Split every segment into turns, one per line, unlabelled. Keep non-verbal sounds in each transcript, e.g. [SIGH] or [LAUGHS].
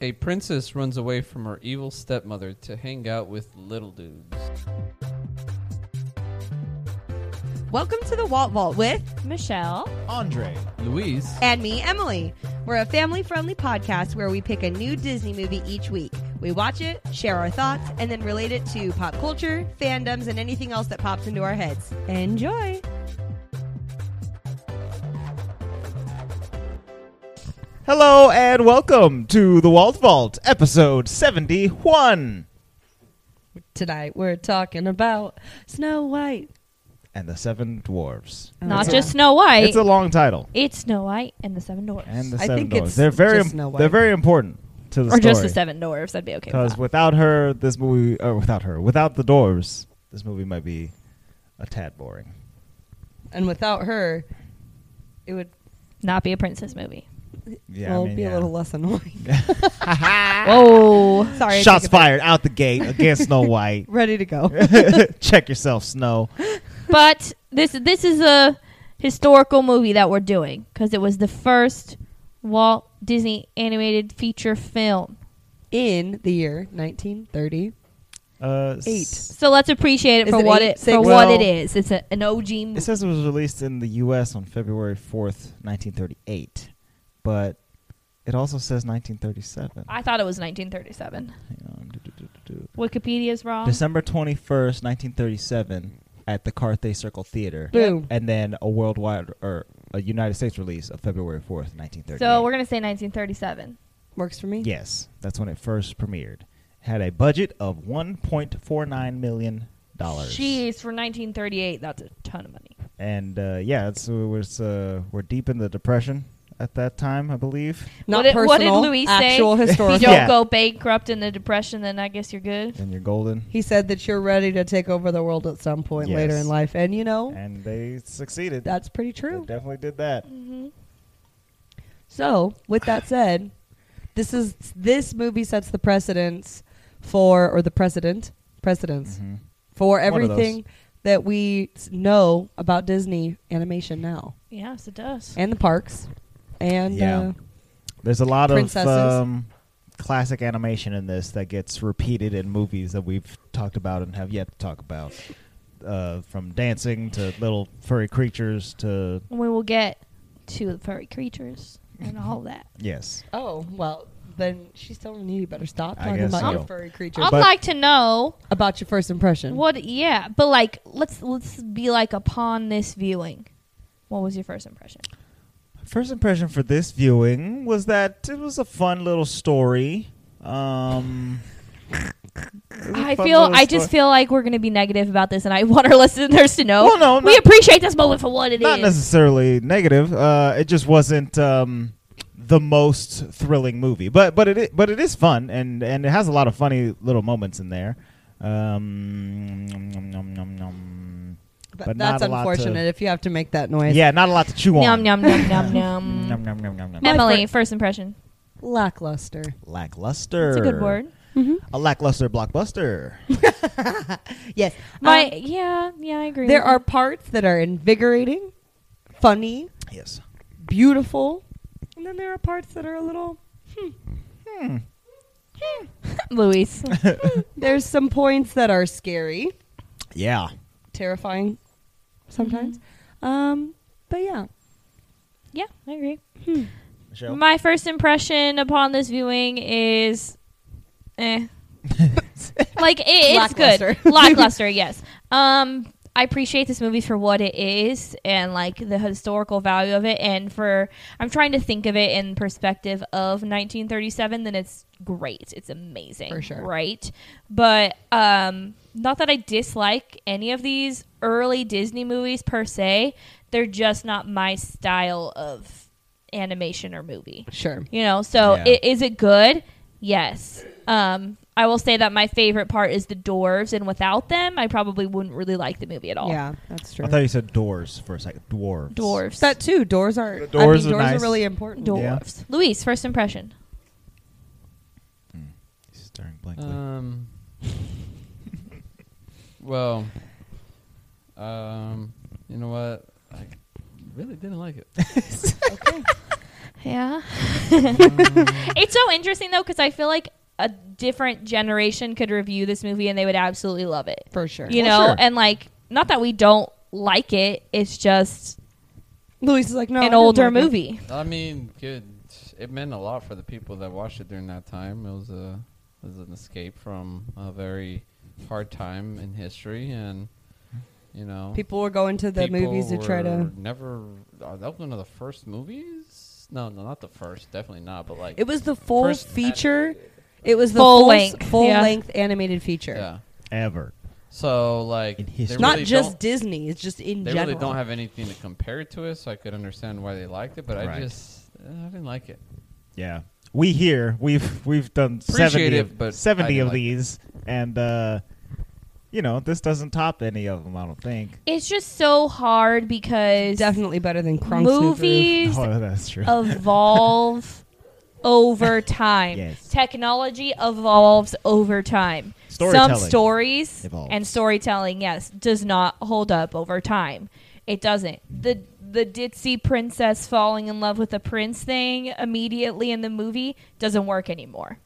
A princess runs away from her evil stepmother to hang out with little dudes.
Welcome to the Walt Vault with
Michelle.
Andre.
Louise.
and me, Emily. We're a family friendly podcast where we pick a new Disney movie each week. We watch it, share our thoughts, and then relate it to pop culture, fandoms, and anything else that pops into our heads. Enjoy!
Hello and welcome to the Walt Vault, episode 71.
Tonight we're talking about Snow White.
And the Seven Dwarves.
Not just Snow White.
It's
It's,
a long title.
Snow White and the Seven Dwarfs.
And the
I
Seven
think
Dwarves.
it's
they're very
just Snow White.
they're very important to the
or
story.
just the Seven Dwarfs. I'd be okay with
Because
that.
without her, this movie, or without her, without the dwarves, this movie might be a tad boring.
And without her, it would
Not be a princess movie.
Yeah, I mean, yeah.
less annoying.
[LAUGHS]
Ah.
Whoa.
Sorry. I
Shots
take it back.
fired out the gate against Snow
[LAUGHS]
White. [LAUGHS]
Ready to go.
Check yourself, Snow.
but this this is a historical movie that we're doing because it was the first Walt Disney animated feature film.
In the year 1930.
Uh, s-
Eight.
So let's appreciate it
Is
for
it
what
eight,
it
six?
for
Well-
what it is. It's a, an OG movie.
It says it was released in the U.S. on February 4th, 1938, but it also says 1937.
I thought it was 1937.
Hang on. Do, do, do, do, do.
Wikipedia's wrong.
December 21st, 1937, at the Carthay Circle Theater,
Boom.
and then a worldwide or a United States release of February 4th, 1938.
so we're gonna say 1937.
Works for me.
yes, that's when it first premiered. Had a budget of 1.49 million dollars.
Jeez, for 1938, that's a ton of money.
And uh, yeah, it's, it was uh, we're deep in the depression at that time, I believe.
Not
What did- what did
personal,
Louis say? [LAUGHS]
actual
If
historical.
you don't
Yeah.
go bankrupt in the depression, then I guess you're good.
And you're golden.
He said that you're ready to take over the world at some point
Yes.
later in life. And you know,
And they succeeded.
that's pretty
They
true.
definitely did that.
Mm-hmm.
So, with that said, this is this movie sets the precedence for or the precedent precedence
Mhm.
for
One of those.
everything that we s- know about Disney animation now
Yes, it does.
and the parks and
Yeah.
uh,
There's a lot of
Princesses.
um, classic animation in this that gets repeated in movies that we've talked about and have yet to talk about. Uh, from dancing to little furry creatures to
And we will get to the furry creatures and all that.
yes,
oh well. Then she's telling you you better stop
I
talking
guess
about
so.
your furry creature.
I'd
But-
like to know
about your first impression.
what. Yeah, but like, let's let's be like upon this viewing. What was your first impression?
First impression for this viewing was that it was a fun little story.
[LAUGHS]
Um,
I feel. I just feel like we're gonna be negative about this, and I [LAUGHS] want our listeners to know.
Well, no,
we
not-
appreciate this moment for what it is.
not necessarily negative. Uh, it just wasn't um, the most thrilling movie, but but it i- but it is fun and and it has a lot of funny little moments in there. Um, nom, nom, nom, nom.
Th-
but
that's
not a lot to-
unfortunate if you have to make that noise.
Yeah, not a lot to chew
Nom
on.
nom
[LAUGHS]
nom nom
Nom,
nom.
nom, nom, nom, nom.
Emily, first impression.
Lackluster.
Lackluster.
That's a good word.
A lackluster
[LAUGHS]
blockbuster.
Yes.
My
Um,
yeah yeah I agree.
there
with
are
you.
parts that are invigorating, funny,
yes.
beautiful, and then there are parts that are a little.
Hmm.
[LAUGHS]
Luis.
There's some points that are scary,
Yeah.
terrifying, sometimes. Um, but yeah,
[LAUGHS] yeah, I agree.
Michelle.
My first impression upon this viewing is, eh, like it, it's
Lackluster. [LAUGHS]
good, [LAUGHS] lackluster. yes. Um, I appreciate this movie for what it is and like the historical value of it, and for I'm trying to think of it in perspective of 1937. Then it's great. It's amazing,
For sure.
right? But um, not that I dislike any of these early Disney movies per se. They're just not my style of animation or movie.
sure.
You know, so
Yeah.
i- is it good? Yes. Um, I will say that my favorite part is the dwarves, and without them, I probably wouldn't really like the movie at all.
Yeah, that's true.
I thought you said doors for a second. Dwarves.
Dwarves.
that too. Doors are.
The doors
I mean,
are
doors
nice.
are really important.
dwarves. Luis, first impression.
He's staring blankly.
Uh.
Um. well. Um. You know what? I really didn't like it.
Okay.
Yeah.
Mm.
[LAUGHS] it's so interesting though because I feel like a different generation could review this movie and they would absolutely love it.
for sure.
You
Well,
know,
sure.
and like not that we don't like it, it's just
Luis is like, no, I
an
didn't
older
like it.
movie.
I mean, good. It meant a lot for the people that watched it during that time. It was a it was an escape from a very hard time in history, and you know,
People were going to the
people
movies to try to.
were Never. Uh, that was one of the first movies. No, no, not the first. Definitely not. But like,
It was the full
First
feature. It was the
Full
full
length,
full
yeah.
length animated feature.
yeah.
Ever.
So like,
In
they
history.
Not
really
just
don't-
Disney. It's just in
they
general.
really don't have anything to compare it to it, so I could understand why they liked it. But I
Right.
just uh, I didn't like it.
Yeah. We here we've we've done
Appreciate
seventy
it,
of,
but I
seventy
didn't
of
like it.
these, and uh, you know this doesn't top any of them. I don't think.
It's just so hard because
Definitely better than Kronk's
movies
Oh, that's true. [LAUGHS]
evolve over time.
Yes.
Technology evolves over time. Some
Storytelling
stories
evolves.
and storytelling, yes, does not hold up over time. It doesn't. The the ditzy princess falling in love with a prince thing immediately in the movie doesn't work anymore.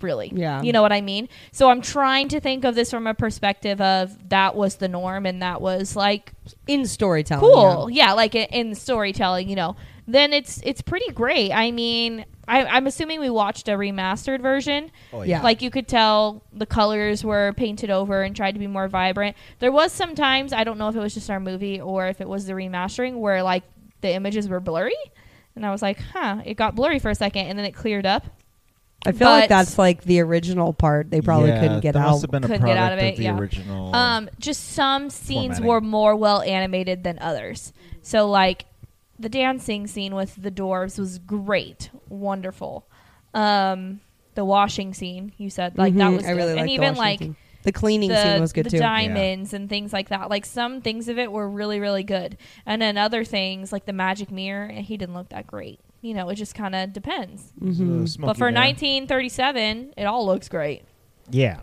Really.
Yeah.
You know what I mean? So I'm trying to think of this from a perspective of that was the norm and that was like
in storytelling.
cool yeah, like in, in storytelling you know then it's it's pretty great i mean I, i'm assuming we watched a remastered version
Oh,
yeah.
like you could tell the colors were painted over and tried to be more vibrant there was sometimes i don't know if it was just our movie or if it was the remastering where like the images were blurry and i was like huh it got blurry for a second and then it cleared up
I feel
But-
like that's like the original part. They probably
Yeah,
couldn't get
that
out.
Must have been a
Couldn't get out
product
of it,
the
yeah.
original.
Um, just some scenes
Formatting.
were more well animated than others. So like the dancing scene with the dwarves was great, wonderful. Um, the washing scene you said like that
Mhm,
was
I really
good.
liked
and
the
even
washing
like
scene. the cleaning scene was good
the
too.
diamonds and things like that. Like some things of it were really really good, and then other things like the magic mirror, and he didn't look that great. You know, it just kind of depends.
mm-hmm.
So
but
Smokey
for
uh, Bear.
1937, it all looks great.
yeah,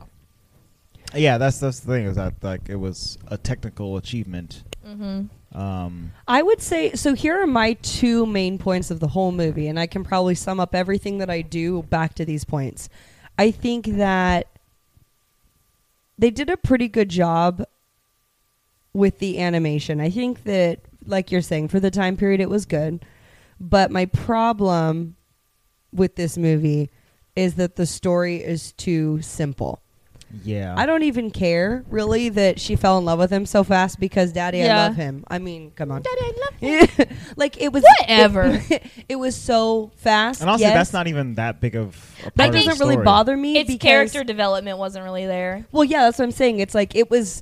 yeah. That's that's the thing is that like it was a technical achievement.
Mm-hmm.
Um,
I would say so. Here are my two main points of the whole movie, and I can probably sum up everything that I do back to these points. I think that they did a pretty good job with the animation. I think that, like you're saying, for the time period, it was good. But my problem with this movie is that the story is too simple.
yeah.
I don't even care really that she fell in love with him so fast because daddy,
Yeah.
I love him. I mean, come on.
I love
[LAUGHS] like it was
Whatever.
It, [LAUGHS] it was so fast.
And also,
yes.
that's not even that big of. A
That
part of the
doesn't really
story.
bother me.
Its
because-
character development wasn't really there.
Well, yeah, that's what I'm saying. It's like it was.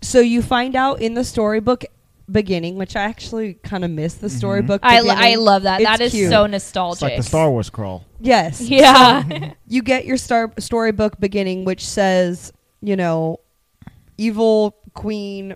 So you find out in the storybook beginning, which I actually kind of miss
Mm-hmm.
the storybook.
I, lo-
beginning.
I love that.
It's
that is
cute.
so
It's
nostalgic.
like the
[LAUGHS]
Star Wars crawl.
Yes.
Yeah.
you get your star- storybook beginning, which says, you know, evil queen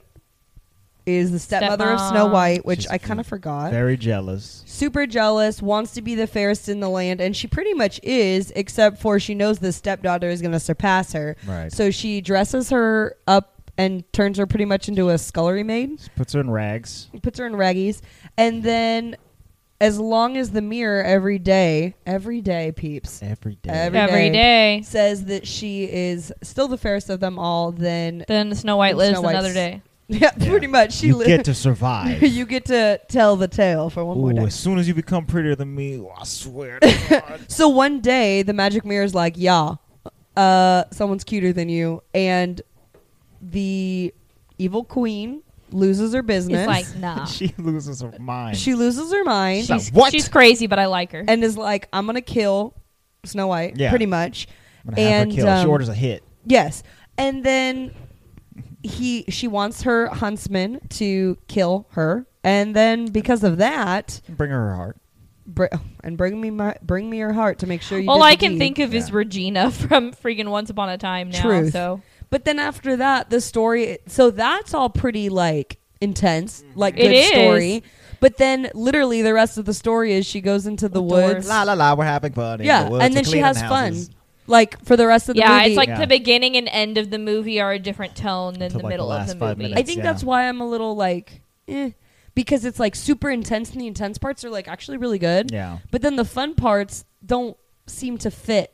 is the stepmother of Snow
Stepmom.
White, which
She's
I kind of forgot.
Very jealous.
Super jealous, wants to be the fairest in the land, and she pretty much is, except for she knows this stepdaughter is going to surpass her.
Right.
So she dresses her up and turns her pretty much into a scullery maid
Puts her in rags.
puts her in raggies, and then as long as the mirror every day, every day, peeps,
Every day.
Every-
Every day.
says that she is still the fairest of them all, then [LAUGHS]
Then Snow White
Snow
lives
White's-
another day.
yeah, [LAUGHS]
Yeah.
pretty much she
you
li- [LAUGHS]
get to survive.
you get to tell the tale for one more
Ooh,
day.
as soon as you become prettier than me, oh, I swear to
[LAUGHS]
God.
So one day the magic mirror's like, "Yeah, uh, someone's cuter than you," and the evil queen loses her business.
It's
[LAUGHS]
like, nah.
[LAUGHS] she loses her mind.
Uh, she loses her mind.
She's like,
She's,
"What?"
she's crazy, but I like her.
and is like, I'm gonna kill Snow White,
Yeah.
pretty much.
I'm gonna have
and,
her kill. she
um,
orders a hit.
Yes, and then he she wants her huntsman to kill her, and then because of that,
Bring her her heart.
br- and bring me my bring me your heart to make sure you.
All
did
I
the
can
deed.
think of is
Yeah.
Regina [LAUGHS] from freaking Once Upon a Time now.
Truth.
So
But then after that, the story. So that's all pretty like intense, like
Mm-hmm. It
good
is.
story. But then literally the rest of the story is she goes into the
Outdoors.
woods.
La la la, we're having fun. in
yeah,
the woods,
and then
we're
she has
cleaning
fun.
houses.
Like for the rest of the
yeah,
movie,
it's like
Yeah.
the beginning and end of the movie are a different tone than
Until, like,
the
the
middle
last
of the
five
movie.
I
minutes.
think
yeah.
that's why I'm a little like, eh. because it's like super intense and the intense parts are like actually really good.
Yeah.
But then the fun parts don't seem to fit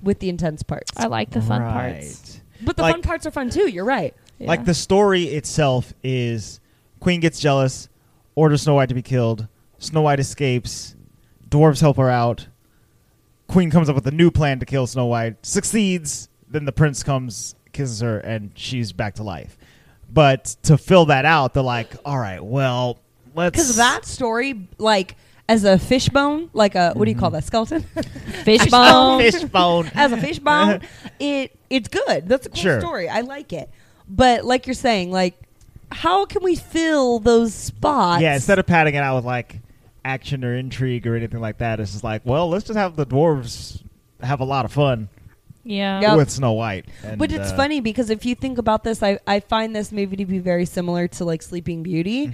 with the intense parts.
I like the
[LAUGHS]
fun parts.
Right.
but the
like-
fun parts are fun too. You're right.
Like the story itself is Queen gets jealous, orders Snow White to be killed, Snow White escapes, dwarves help her out, Queen comes up with a new plan to kill Snow White, succeeds, then the prince comes, kisses her, and she's back to life. But to fill that out, they're like, all right, well, let's.
Because
[LAUGHS]
that story, like as a fishbone, like a what do you call
Mm-hmm.
that skeleton? [LAUGHS]
Fishbone.
Fishbone.
as a
[LAUGHS]
fishbone, it it's good. That's a cool
Sure.
story. I like it. But like you're saying, like how can we fill those spots?
Yeah, instead of padding it out with like action or intrigue or anything like that, it's just like, well, let's just have the dwarves have a lot of fun
Yeah.
Yep.
with Snow White. And,
But it's
uh,
funny because if you think about this, I, I find this movie to be very similar to like Sleeping Beauty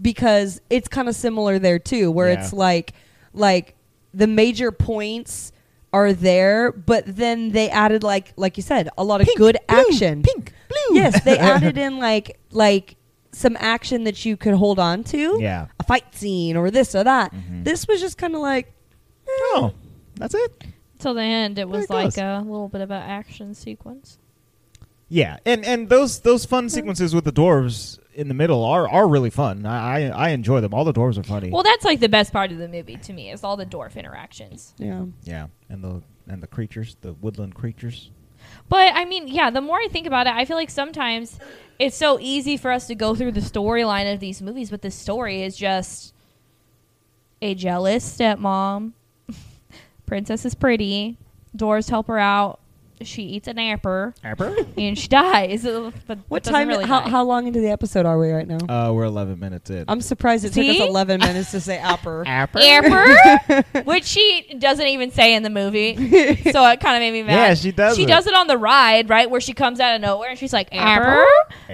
because it's kind of similar there too, where
Mm-hmm. Yeah.
it's like like the major points are there, but then they added like like you said, a lot of good action.
pink, blue.
Yes,
[LAUGHS]
they added in like like some action that you could hold on to.
Yeah.
A fight scene or this or that.
Mhm.
This was just kind of like
Oh, that's it.
Till the end, it was
it
like
goes.
a little bit of an action sequence.
Yeah, and and those those fun sequences with the dwarves in the middle are are really fun. I I, I enjoy them. All the dwarves are funny.
Well, that's like the best part of the movie to me is all the dwarf interactions.
yeah.
yeah, and the and the creatures, the woodland creatures.
But I mean, yeah, the more I think about it, I feel like sometimes it's so easy for us to go through the storyline of these movies, but the story is just a jealous stepmom. [LAUGHS] Princess is pretty. Doors help her out. She eats an apple and she [LAUGHS] dies. But
What
doesn't
time?
Really
how,
die.
how long into the episode are we right now?
Uh, we're eleven minutes in.
I'm surprised it took
See?
us 11 minutes to say [LAUGHS]
[LAUGHS]
upper.
Apper?
Amber, which she doesn't even say in the movie, [LAUGHS] so it kind of made me mad.
Yeah, she does
She
it.
does it on the ride, right, where she comes out of nowhere and she's like Amber,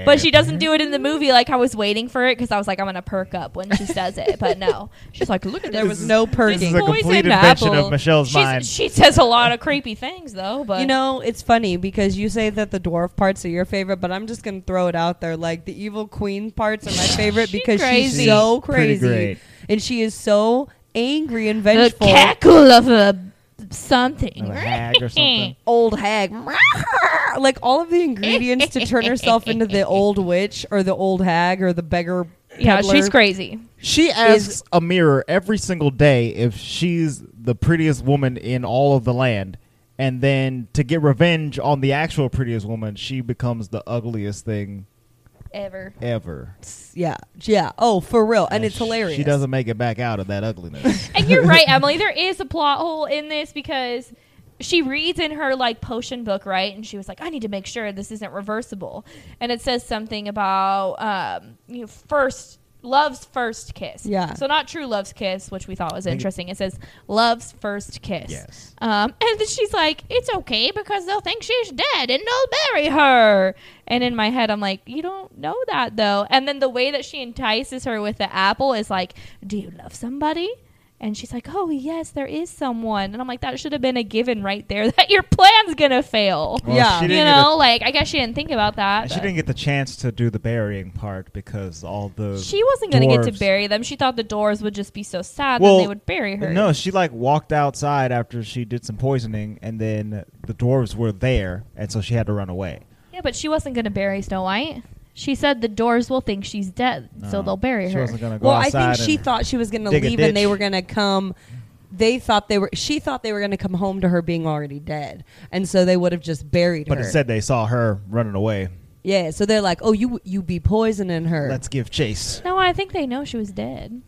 but she doesn't do it in the movie. Like I was waiting for it because I was like, I'm gonna perk up when she says it, but no, she's like, look at
There
this-
was no
this
This
perking.
is a
poison
complete invention
apple."
of Michelle's
She's-
mind.
She says a lot of creepy things though, but
You know, it's funny because you say that the dwarf parts are your favorite, but I'm just going to throw it out there. Like, the evil queen parts are my favorite
She's
because she's
crazy.
so
She's pretty
crazy.
great.
And she is so angry and
the
vengeful.
cackle of a something.
Of a hag or something.
Old hag. [LAUGHS] like, all of the ingredients to turn herself into
[LAUGHS]
the old witch or the old hag or the beggar.
[LAUGHS] yeah,
peddler.
she's crazy.
She asks a mirror every single day if she's the prettiest woman in all of the land. And then to get revenge on the actual prettiest woman, she becomes the ugliest thing
Ever.
ever.
Yeah. Yeah. Oh, for real. And it's
sh-
hilarious.
She doesn't make it back out of that ugliness.
[LAUGHS] And you're right, Emily. There is a plot hole in this because she reads in her like potion book, right? And she was like, "I need to make sure this isn't reversible." And it says something about um, you know, first love's first kiss.
Yeah.
So not true love's kiss, which we thought was interesting. It says love's first kiss.
Yes.
Um, [LAUGHS] and then she's like, "It's okay because they'll think she's dead and they'll bury her." And in my head, I'm like, "You don't know that though." And then the way that she entices her with the apple is like, "Do you love somebody?" And she's like, "Oh yes, there is someone." And I'm like, "That should have been a given right there [LAUGHS] that your plan's gonna fail."
Well,
Yeah.
she
You
didn't get
know, like I guess she didn't think about
a-
that.
she
but-
didn't get the chance to do the burying part because all the
She wasn't gonna get to
dwarves-
bury them. She thought the doors would just be so sad
Well,
that they would bury her.
No, she like walked outside after she did some poisoning, and then the dwarves were there, and so she had to run away.
Yeah, but she wasn't going to bury Snow White. She said the doors will think she's dead, so
No,
they'll bury
she
her.
wasn't gonna go
Well, I
outside.
think she
and-
thought she was going to
dig a
leave, and they
ditch.
were going to come. They thought they were. She thought they were going to come home to her being already dead, and so they would have just buried
But
her.
instead, they saw her running away.
yeah. So they're like, "Oh, you you be poisoning her."
Let's give chase.
no, I think they know she was dead.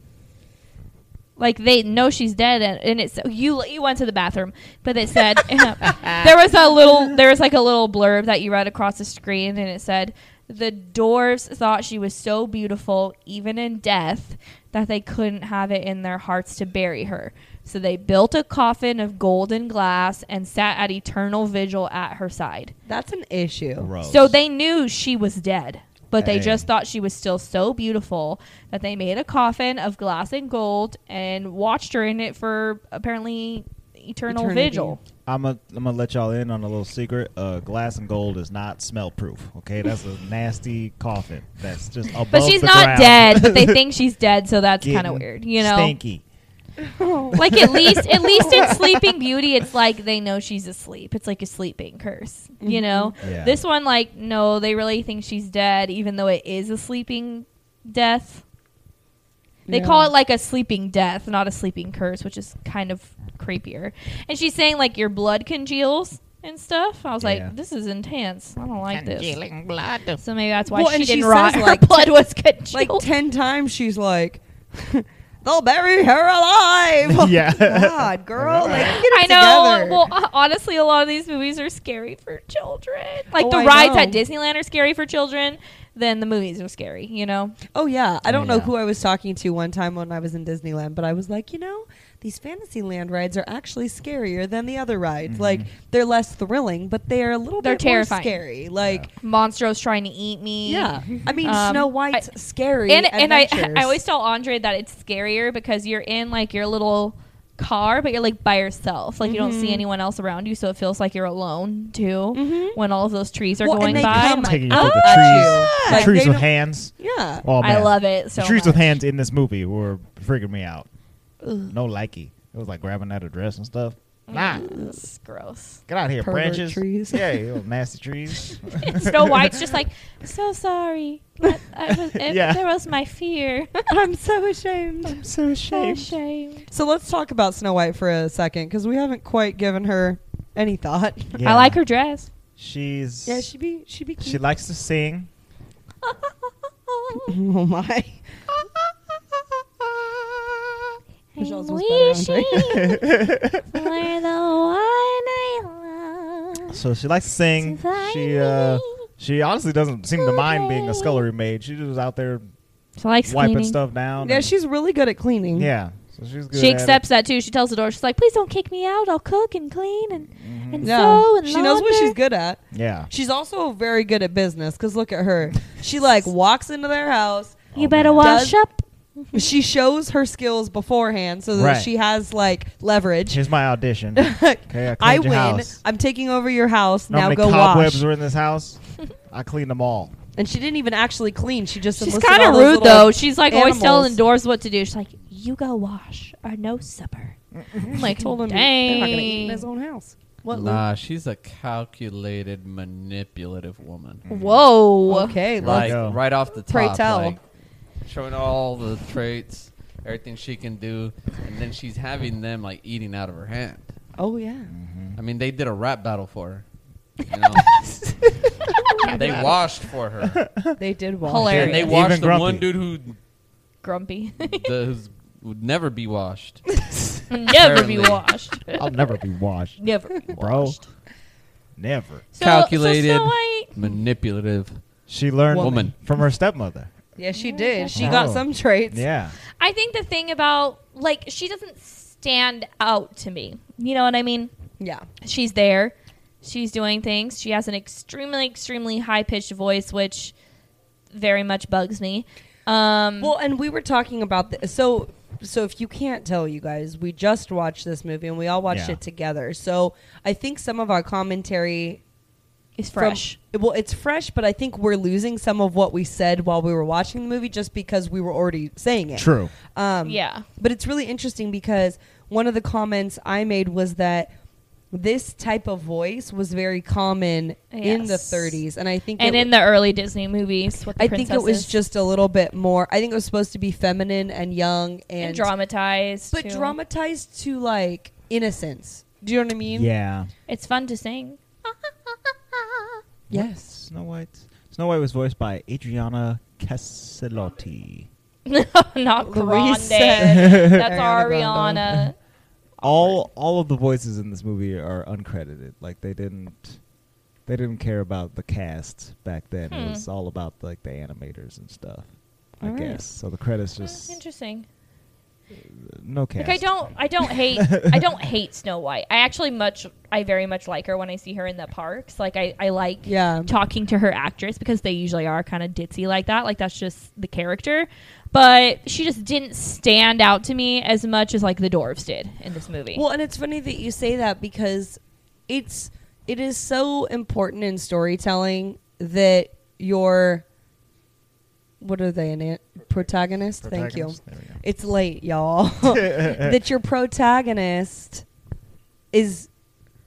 Like they know she's dead, and, and it's you. You went to the bathroom, but
[LAUGHS]
it said [LAUGHS] there was a little. There was like a little blurb that you read across the screen, and it said the dwarves thought she was so beautiful, even in death, that they couldn't have it in their hearts to bury her. So they built a coffin of gold and glass and sat at eternal vigil at her side.
That's an issue.
Gross.
So they knew she was dead, but they
Hey.
just thought she was still so beautiful that they made a coffin of glass and gold and watched her in it for apparently eternal
Eternity.
vigil.
I'm gonna I'm gonna let y'all in on a little secret. Uh, glass and gold is not smell proof. Okay, that's a nasty coffin. That's just above
But she's
the
not
ground.
dead,
[LAUGHS]
but they think she's dead, so that's
Getting
kind of weird, you know.
Stinky.
[LAUGHS] Like at least, at least in Sleeping Beauty, it's like they know she's asleep. It's like a sleeping curse,
Mm-hmm.
you know.
Yeah.
This one, like, no, they really think she's dead, even though it is a sleeping death. They
Yeah.
call it like a sleeping death, not a sleeping curse, which is kind of creepier. And she's saying like your blood congeals and stuff. I was
Yeah.
like, this is intense. I don't like this.
Congealing blood.
So maybe that's why
Well,
she
and
didn't
she
rot.
says,
[LAUGHS] Her
like,
blood was
like
congealed.
ten times she's like, [LAUGHS] "They'll bury her alive."
[LAUGHS] Yeah.
God, girl,
[LAUGHS]
like get
I
it
know.
together.
Well, ho- honestly, a lot of these movies are scary for children. Like
Oh,
the
I
rides
know.
at Disneyland are scary for children. Then the movies are scary. You know.
oh yeah, I don't know
Yeah.
who I was talking to one time when I was in Disneyland, but I was like, you know, these Fantasyland rides are actually scarier than the other rides.
Mm-hmm.
Like they're less thrilling, but they are a little
They're
bit
terrifying.
more scary. Like
Monstros trying to eat me.
yeah, I mean
Um,
Snow White's
I-
scary,
And and I [LAUGHS]
adventures.
I always tell Andre that it's scarier because you're in like your little car, but you're like by yourself. Like you don't
Mm-hmm.
see anyone else around you, so it feels like you're alone too. When all of those trees are
Mm-hmm. Well, and
going
they
by,
come
I'm like,
Taking you to
"Ah!"
the trees.
Like,
the trees
they
with
don't-
hands.
yeah.
Oh,
I
man.
love it so
the trees with
much.
hands in this movie were freaking me out. No likey. It was like grabbing at her dress and stuff.
Mm.
Nah,
It's gross.
get out of here,
Pervert
branches.
trees.
Yeah, you little nasty trees.
Snow White's just like, so sorry. That- I was,
[LAUGHS]
it-
Yeah.
There was
[LAUGHS]
my fear.
I'm so ashamed.
so [LAUGHS]
[LAUGHS] [LAUGHS] so ashamed.
So let's talk about Snow White for a second because we haven't quite given her any thought.
I like
[LAUGHS]
her dress.
She's.
Yeah, she be she be. Cute.
[LAUGHS] she likes
[LAUGHS]
to sing.
oh my!
I'm
Michelle's was better,
wishing
Andre.
[LAUGHS]
for the one I love.
So she likes to sing. She uh, she honestly doesn't seem to mind being a scullery maid. She just out there
She likes
wiping
cleaning.
stuff
[LAUGHS]
down.
Yeah,
and-
she's really good at cleaning.
yeah. So she's good.
She
at it.
accepts that too. She tells the door, she's like, please don't kick me out. I'll cook and clean and,
Mm-hmm.
and
Yeah.
sew and
she knows what
launder."
she's good at.
Yeah.
She's also very good at business because look at her. She
[LAUGHS]
like walks into their house.
You better
Oh, man.
wash
Does-
up.
She shows her skills beforehand so that
Right.
she has like leverage.
Here's my audition. Okay, I,
[LAUGHS] I
cleaned
win.
your House.
I'm taking over your house.
know how
now
many
go
cobwebs
wash.
were in
[LAUGHS]
this house? I cleaned them all.
And she didn't even actually clean. She just
She's
enlisted
kind
all
of
those
rude
little [LAUGHS]
though. She's like always
animals.
telling doors what to do. She's like, you go wash or no supper. I'm like,
told him they're
dang.
not gonna eat in his own house. What?
Nah, she's a calculated, manipulative woman.
Whoa.
Okay,
like
go.
right off the top,
Pray tell.
like showing all the traits, everything she can do, and then she's having them like eating out of her hand.
Oh yeah.
I mean, they did a rap battle for her.
[LAUGHS]
You know? they washed for
[LAUGHS]
her.
They did wash.
Hilarious.
And they
Even
washed the
grumpy.
one dude who
Grumpy. [LAUGHS]
[LAUGHS]
the, who's, would never be washed.
Never be
Apparently.
[LAUGHS]
washed.
I'll never be washed,
Never be
bro.
washed.
Never.
So,
Calculated.
So Snow White-
Manipulative.
She learned
Woman.
from her stepmother.
Yeah, she did. She
Oh.
got some traits.
Yeah.
I think the thing about like she doesn't stand out to me. You know what I mean?
Yeah.
She's there. She's doing things. She has an extremely, extremely high pitched voice, which very much bugs me. Um,
Mm. Well, and we were talking about this. So, so if you can't tell, you guys, we just watched this movie and we all watched
Yeah.
it together. So I think some of our commentary
it's
from-
fresh.
well, it's fresh, but I think we're losing some of what we said while we were watching the movie just because we were already saying it.
True.
Um,
yeah.
But it's really interesting because one of the comments I made was that this type of voice was very common in the
Yes.
30s, and I think
And
it-
in the early Disney movies, with the
I think it was
princesses.
just a little bit more. I think it was supposed to be feminine and young and,
and dramatized.
but
too.
dramatized to like innocence. Do you know what I mean?
Yeah.
It's fun
[LAUGHS]
to sing. [LAUGHS]
Yes.
Snow White. Snow White was voiced by Adriana Caselotti.
No, not Grande.
Louise said-
That's
Ariana
Ariana.
All all of the voices in this movie are uncredited. Like they didn't they didn't care about the cast back then. It
Hmm.
was all about like the animators and stuff. I
All right.
guess. So the credits
That's
just
interesting.
no cast.
Like I don't, I
[LAUGHS]
don't hate, I don't hate Snow White. I actually much, I very much like her when I see her in the parks. Like I, I like
Yeah.
talking to her actress because they usually are kind of ditzy like that. Like that's just the character. But she just didn't stand out to me as much as like the dwarves did in this movie.
Well, and it's funny that you say that because it's it is so important in storytelling that your what are they an an- protagonist? Thank you.
Protagonist? There we go.
It's late, y'all. [LAUGHS] that your protagonist is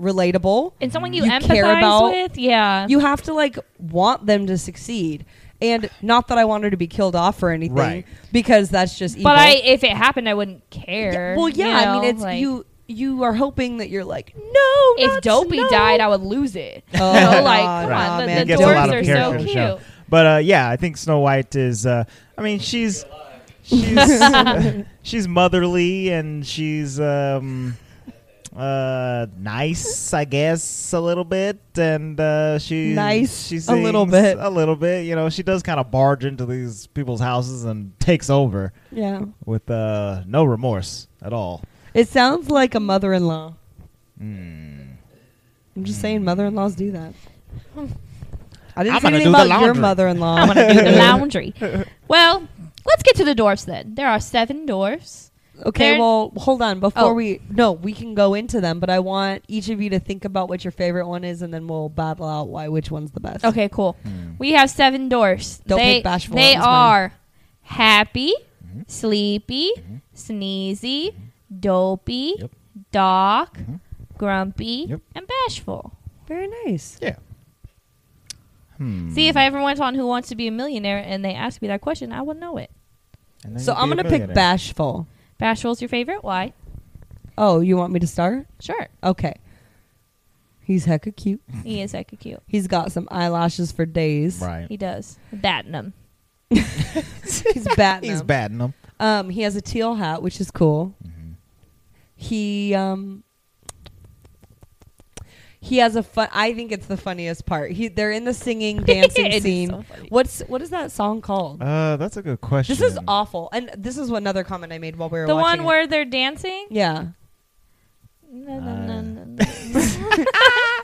relatable.
and someone you,
You
empathize
care about-
with. Yeah,
You have to like want them to succeed. And not that I want her to be killed off or anything
Right.
because that's just evil.
but I if it happened, I wouldn't care.
Yeah, well, yeah,
you
I
know,
mean, it's
like,
you. You are hoping that you're like, no.
If
not
Dopey
Snow."
died, I would
[LAUGHS]
lose it.
Oh,
you know, like come
Right.
on,
Aw,
the,
man,
the
It gets a
dwarves
lot
are
of
so
character in
cute.
the [LAUGHS] show. But uh, yeah, I think Snow White is. Uh, I mean, she's
[LAUGHS]
she's she's motherly and she's um, uh, nice, I guess, a little bit, and uh, she
Nice,
She
a little
sings
bit.
a little bit. You know, she does kind of barge into these people's houses and takes over
yeah,
with uh, no remorse at all.
it sounds like a mother-in-law. Hmm.
Mm.
I'm just saying, mother-in-laws do [LAUGHS] that. I didn't
I'm
say
gonna
anything
do the
about your
laundry.
mother-in-law.
I'm gonna do the [LAUGHS] laundry. Well, let's get to the dwarfs then. There are seven dwarfs.
Okay,
They're-
well, hold on. Before
Oh.
we no, we can go into them, but I want each of you to think about what your favorite one is, and then we'll battle out why which one's the best.
Okay, cool.
Hmm.
We have seven dwarfs.
Don't
they,
pick bashful
They
ones, man.
are happy,
Mm-hmm.
sleepy, sneezy, dopey,
Yep.
doc,
Mhm.
grumpy,
Yep.
and bashful.
very nice.
Yeah. Hmm.
See, if I ever went on Who Wants to Be a Millionaire and they asked me that question, I would know it.
And then
So
you'd
I'm
be a
gonna pick
millionaire.
bashful.
Bashful's your favorite? Why?
Oh, you want me to start?
Sure.
Okay. He's hecka cute.
He is hecka cute.
He's got some eyelashes for days.
Right.
He does. Batting him.
[LAUGHS] He's batting.
He's
them.
batting them.
Um, he has a teal hat, which is cool.
Mm-hmm.
Mhm.
He um, he has a fun. I think it's the funniest part. He they're in the singing
[LAUGHS] It
dancing
is
scene.
so funny.
What's what is that song called?
Uh, that's a good question.
this is awful. And this is another comment I made while we were
The
watching
one
it.
where they're dancing?
yeah.
No, no, no,
Uh.
no, no.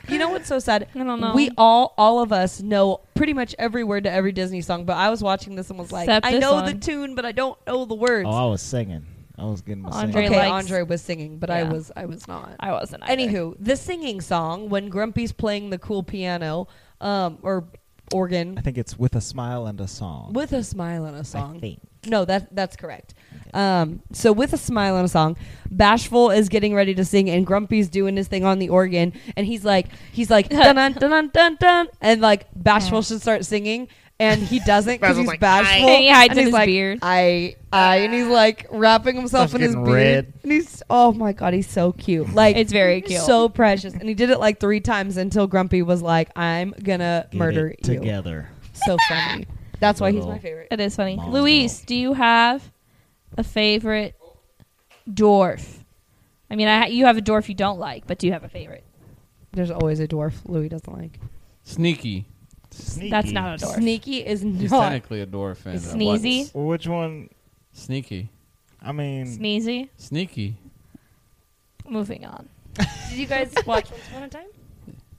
You know what's so sad?
I don't know.
We all, all of us know pretty much every word to every Disney song, but I was watching this and was like,
Except
I
this
know the
one.
tune, but I don't know the words.
Oh, I was singing. I was getting my
Andre
okay,
singing.
likes-
Andre was singing, but I
Yeah.
was I was not.
I wasn't. either.
Anywho, the singing song when Grumpy's playing the cool piano um, or
I
organ
think it's with a smile and a song.
with a smile and a
I
song.
think.
No, that that's correct.
Okay.
Um, so with a smile and a song, Bashful is getting ready to sing, and Grumpy's doing his thing on the organ, and he's like, he's
[LAUGHS]
like, dun dun dun dun dun, dun, and like Bashful should start singing, and he doesn't because he's
[LAUGHS]
bashful.
He hides
and
in
he's
his
like,
beard.
I, I, and he's like wrapping himself
Stuff's
in his
getting
beard,
red.
and he's, oh my god, he's so cute. Like
It's very cute.
so precious, and he did it like three times until Grumpy was like, I'm gonna
Get
murder
it
you.
together.
So funny. That's why he's
Little-
my favorite.
It is funny.
Mom's
Luis, do you have a favorite dwarf? I mean, I ha- you have a dwarf you don't like, but do you have a favorite?
There's always a dwarf Louis doesn't like.
Sneaky.
That's not a dwarf.
Sneaky is
He's
not.
technically a dwarf. And
Sneezy. Sneezy?
Well, which one?
Sneaky.
I mean,
Sneezy.
Sneaky.
Moving on.
Did you [LAUGHS] guys watch Once Upon a Time?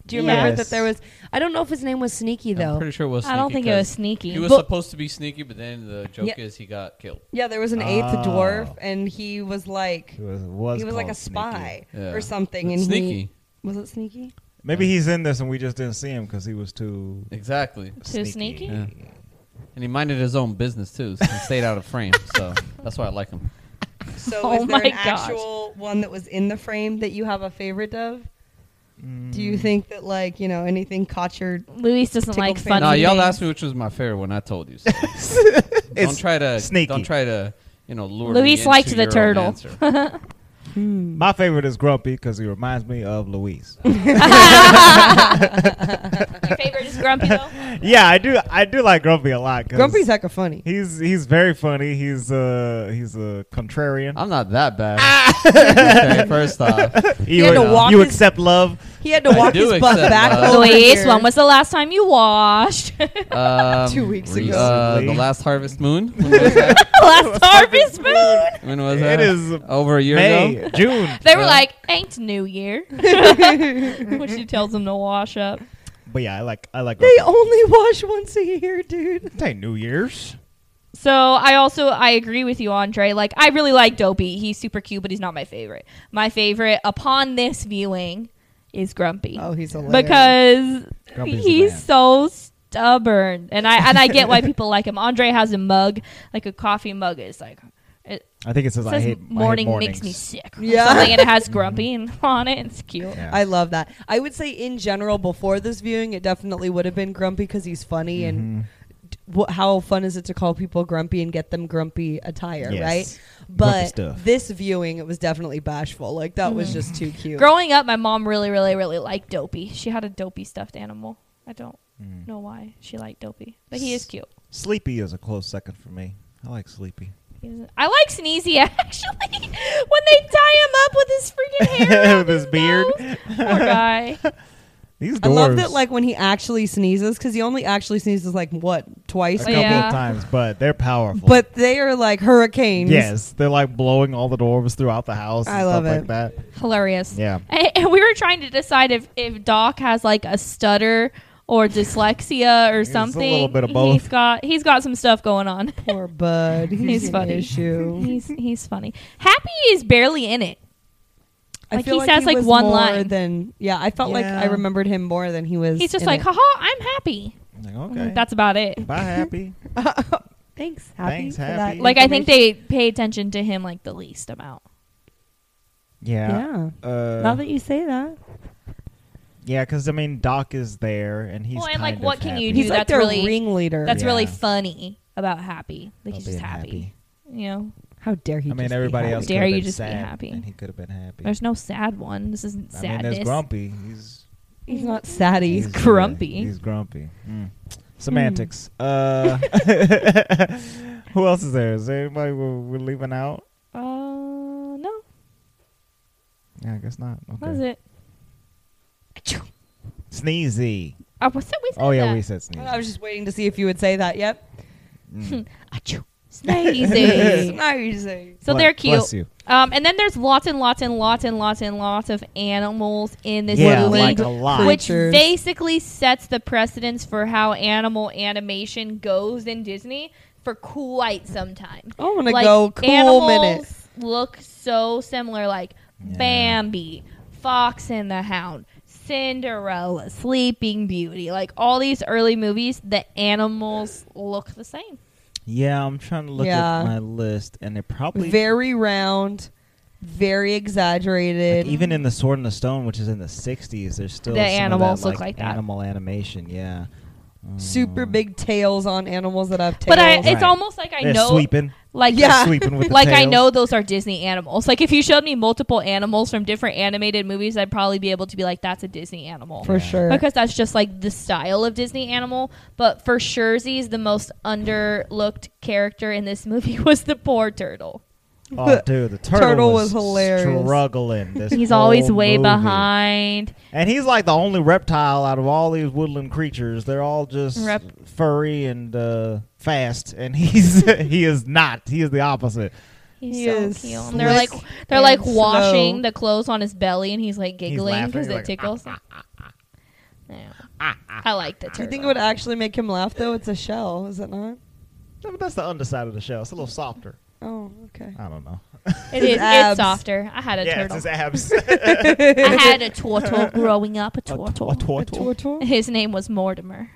Do you
Yes.
remember that there was? I don't know if his name was Sneaky
I'm
though.
pretty sure it was sneaky
I don't think it was
'cause
sneaky.
He was
But-
supposed to be sneaky, but then the joke
Yeah.
is he got killed.
yeah, there was an eighth
Oh.
dwarf, and he was like
He was, was
he was like a
called Sneaky.
spy
Yeah.
or something. And
Sneaky.
He, was it Sneaky? [LAUGHS]
Maybe he's in this and we just didn't see him because he was too
Exactly.
Too sneaky?
Yeah. And he minded his own business too, so he stayed out of frame. So that's why I like him.
So
Oh
is there
my
an
gosh.
actual one that was in the frame that you have a favorite of?
Mm.
Do you think that like you know anything caught your?
Luis doesn't
Tickle
like
fancy.
funny.
Now y'all
things.
asked me which was my favorite when I told you. So don't
[LAUGHS] It's
try to
sneaky.
Don't try to you know lure.
Luis
me into
likes the
your own
turtle.
answer.
[LAUGHS]
My favorite is Grumpy because he reminds me
[LAUGHS]
of Luis.
Your favorite is Grumpy, though?
yeah, I do. I do like Grumpy a lot. 'cause
Grumpy's hecka funny.
He's he's very funny. He's uh he's a contrarian.
Oh.
[LAUGHS]
I'm not that
Ah!
bad. okay, first off,
You,
had to walk
you
his-
accept love.
He had to
I
walk
do
his butt
accept
back
that.
over
Luis,
here.
when was the last time you washed? [LAUGHS]
um,
Two weeks ago.
uh, the
Recently.
last Harvest
[LAUGHS]
Moon. When was that?
last harvest moon?
When was
It
that?
is
over a year
May,
ago.
[LAUGHS] June.
They were
Yeah.
like, ain't New Year.
[LAUGHS]
[LAUGHS] when she tells them to wash up.
But yeah, I like I like.
They
Grumpy.
only wash once a year,
[LAUGHS]
dude.
It ain't New Year's.
So I also I agree with you, Andre. Like I really like Dopey. He's super cute, but he's not my favorite. My favorite upon this viewing is Grumpy
Oh, he's hilarious.
because
Grumpy's the
he's
man.
so stubborn, and I and I get why people like him. Andre has a mug, like a coffee mug. It's like it
I think it says, I
says
hate I hate
morning makes me
mornings."
sick.
Yeah.
Yeah, something, and it [LAUGHS] has Grumpy and on it. It's cute.
Yeah.
I love that. I would say in general, before this viewing, it definitely would have been grumpy because he's funny
Mm-hmm.
and. d- wh- How fun is it to call people grumpy and get them grumpy attire,
Yes.
right?
Grumpy
But
stuff.
this viewing, it was definitely bashful. Like that
Mm.
was just too cute.
Growing up, my mom really, really, really liked Dopey. She had a Dopey stuffed animal. I don't
Mm.
know why she liked Dopey, but he is cute.
Sleepy is a close second for me. I like
[LAUGHS]
Sleepy.
He is- I like Sneezy [LAUGHS] actually. when they tie him up with his freaking
[LAUGHS]
hair, around
With his beard.
nose. poor guy.
[LAUGHS] These
I
doors.
love that, like when he actually sneezes, because he only actually sneezes like what
a
twice.
couple
Yeah.
of times, but they're powerful.
But they are like hurricanes.
yes, they're like blowing all the doors throughout the house. And
I love
stuff
it.
Like that.
Hilarious.
Yeah.
And, and we were trying to decide if if Doc has like a stutter or dyslexia or
It's a
something.
little bit of both.
He's got he's got some stuff going on.
Poor bud. He's,
He's
an
funny.
issue.
he's he's funny. Happy is barely in it.
I
Like,
feel
he says, like,
was
one
more
line.
Than yeah, I felt like
Yeah.
I remembered him more than he was.
He's just
in
like,
it.
haha, I'm happy. Mm,
Like, okay.
Mm-hmm. That's about it.
Bye,
[LAUGHS]
Happy.
[LAUGHS] thanks,
Thanks, Happy.
Like I think they pay attention to him like the least amount.
Yeah.
Yeah.
Uh,
now that you say that,
yeah, because I mean, Doc is there, and he's
Well, and,
kind
like,
of
what can you
happy.
do?
he's like
that's
their
really-
ringleader.
That's
Yeah.
really funny about Happy. Like
About
he's just
being
happy. You know,
How dare he?
I mean,
just be
everybody
happy.
else.
Dare
could've
you
been
just be
sad,
happy.
And he could have been happy.
there's no sad one. This isn't
I mean,
sadness.
there's Grumpy. He's
He's not sad.
He's
He's
uh,
grumpy. Hmm.
he's grumpy. Mm. Semantics. Uh, [LAUGHS] who else is there? Is there anybody we're, we're leaving out?
Uh, no,
Yeah, I guess not.
that was
Okay.
it. Achoo.
Sneezy.
Oh, what's that? We said
Oh yeah,
that.
we said sneezy.
Uh,
I was just waiting to see if you would say that.
[LAUGHS]
Yep.
Mm.
Achoo.
[LAUGHS]
[LAUGHS]
Sneezy.
Amazing.
so
Bless-
they're cute.
Bless you.
Um, and then there's lots and lots and lots and lots and lots of animals in this
yeah,
movie,
like a lot.
which
creatures.
basically sets the precedence for how animal animation goes in Disney for quite some time.
I want to go cool
animals
minute.
Look so similar, like
Yeah.
Bambi, Fox and the Hound, Cinderella, Sleeping Beauty. Like all these early movies, the animals look the same.
yeah, I'm trying to look
Yeah.
at my list, and it probably
Very round, very exaggerated.
like, even in the Sword and the Stone, which is in the '60s, there's still
The
some of that,
animals look like that.
Animal animation, yeah.
super
Mm.
big tails on animals that have tails.
But I,
Right.
it's almost like I
They're
know,
sweeping.
like
Yeah.
They're sweeping with the
[LAUGHS] like I
tails.
know those are Disney animals. Like if you showed me multiple animals from different animated movies, I'd probably be able to be like, that's a Disney animal.
for
Yeah.
sure.
because that's just like the style of Disney animal. But for sure, Z's the most underlooked character in this movie [LAUGHS] was the poor turtle.
[LAUGHS]
Oh, dude, the turtle,
Turtle was
was,
hilarious.
Struggling. This
He's always
whole
way
movie.
behind.
and he's like the only reptile out of all these woodland creatures. They're all just
Rep-
furry and uh, fast, and he's [LAUGHS] he is not. He is the opposite.
He's
He
so
is
cute. And they're like
slick
they're
and
like
slow.
washing the clothes on his belly, and he's like giggling
laughing,
because
he's
it
like,
tickles. Yeah.
Ah,
I like the
Do
turtle.
you think it would actually make him laugh though? It's a shell, is it not?
No, but that's the underside of the shell. It's a little softer.
Oh, okay.
I don't know.
it
his
is.
abs?
It's softer. I had [LAUGHS] a
yeah,
turtle.
it's his abs. [LAUGHS]
[LAUGHS] I had a turtle growing up. A turtle.
[LAUGHS] A tortle?
His name was Mortimer.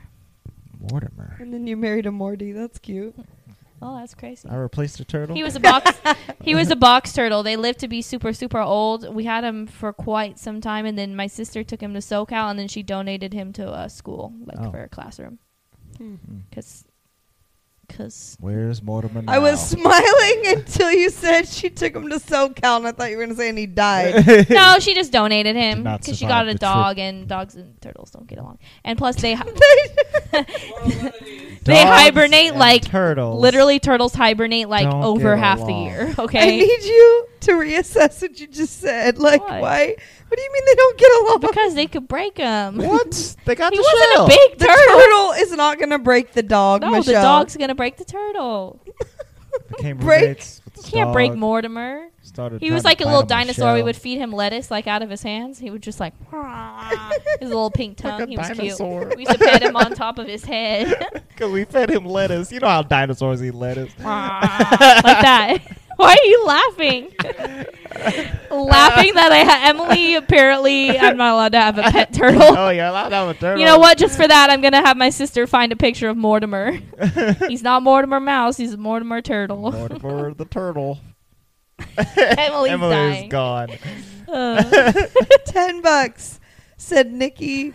Mortimer.
and then you married a Morty. That's cute.
Oh, that's crazy.
I replaced a turtle.
He was a box. he
[LAUGHS]
was a box turtle. They lived to be super, super old. We had him for quite some time, and then my sister took him to SoCal, and then she donated him to a school, like
Oh.
for a classroom,
Hmm.
because, because
Where's Mortimer now?
I was smiling [LAUGHS] until you said she took him to SoCal, and I thought you were going to say, and he
[LAUGHS]
died.
no, she just donated him
Did not
because she
survive
got a
the
dog, and dogs and turtles don't get along. And plus,
[LAUGHS]
they hi- they [LAUGHS]
Dogs
hibernate
and
like
turtles.
literally turtles hibernate like
Don't
over
get
half
along.
the year. [LAUGHS]
I
Okay,
need you to reassess what you just said. Like,
Why?
why? What do you mean they don't get along?
because they could break him.
What? They got
[LAUGHS] He
the
wasn't
shell.
a big
the
turtle.
turtle is not going to break the dog,
No,
Michelle. [LAUGHS]
the dog's gonna break the turtle.
The Cambridge
Break.
Bates with
You
the
can't break
dog
Mortimer.
started
He
trying
was
to
like a
bite
little
on my
dinosaur. We
shell. [LAUGHS]
would [LAUGHS] feed him lettuce like out of his hands. He would just like [LAUGHS] his little pink tongue.
a
he was
dinosaur.
cute. We used to pet him on top of his head [LAUGHS]
Because we fed him lettuce. You know [LAUGHS]
[LAUGHS]
how dinosaurs eat lettuce.
like that. Why are you laughing? laughing that I had Emily. Apparently, I'm not allowed to have a pet
[LAUGHS]
turtle.
oh, yeah, allowed to have a turtle.
You
[LAUGHS]
know what? Just for that, I'm gonna have my sister find a picture of Mortimer. he's not Mortimer Mouse. He's Mortimer Turtle.
Mortimer the turtle. [LAUGHS]
Emily's,
Emily's [LAUGHS]
dying.
gone.
[LAUGHS] Uh,
Ten bucks, said Nikki.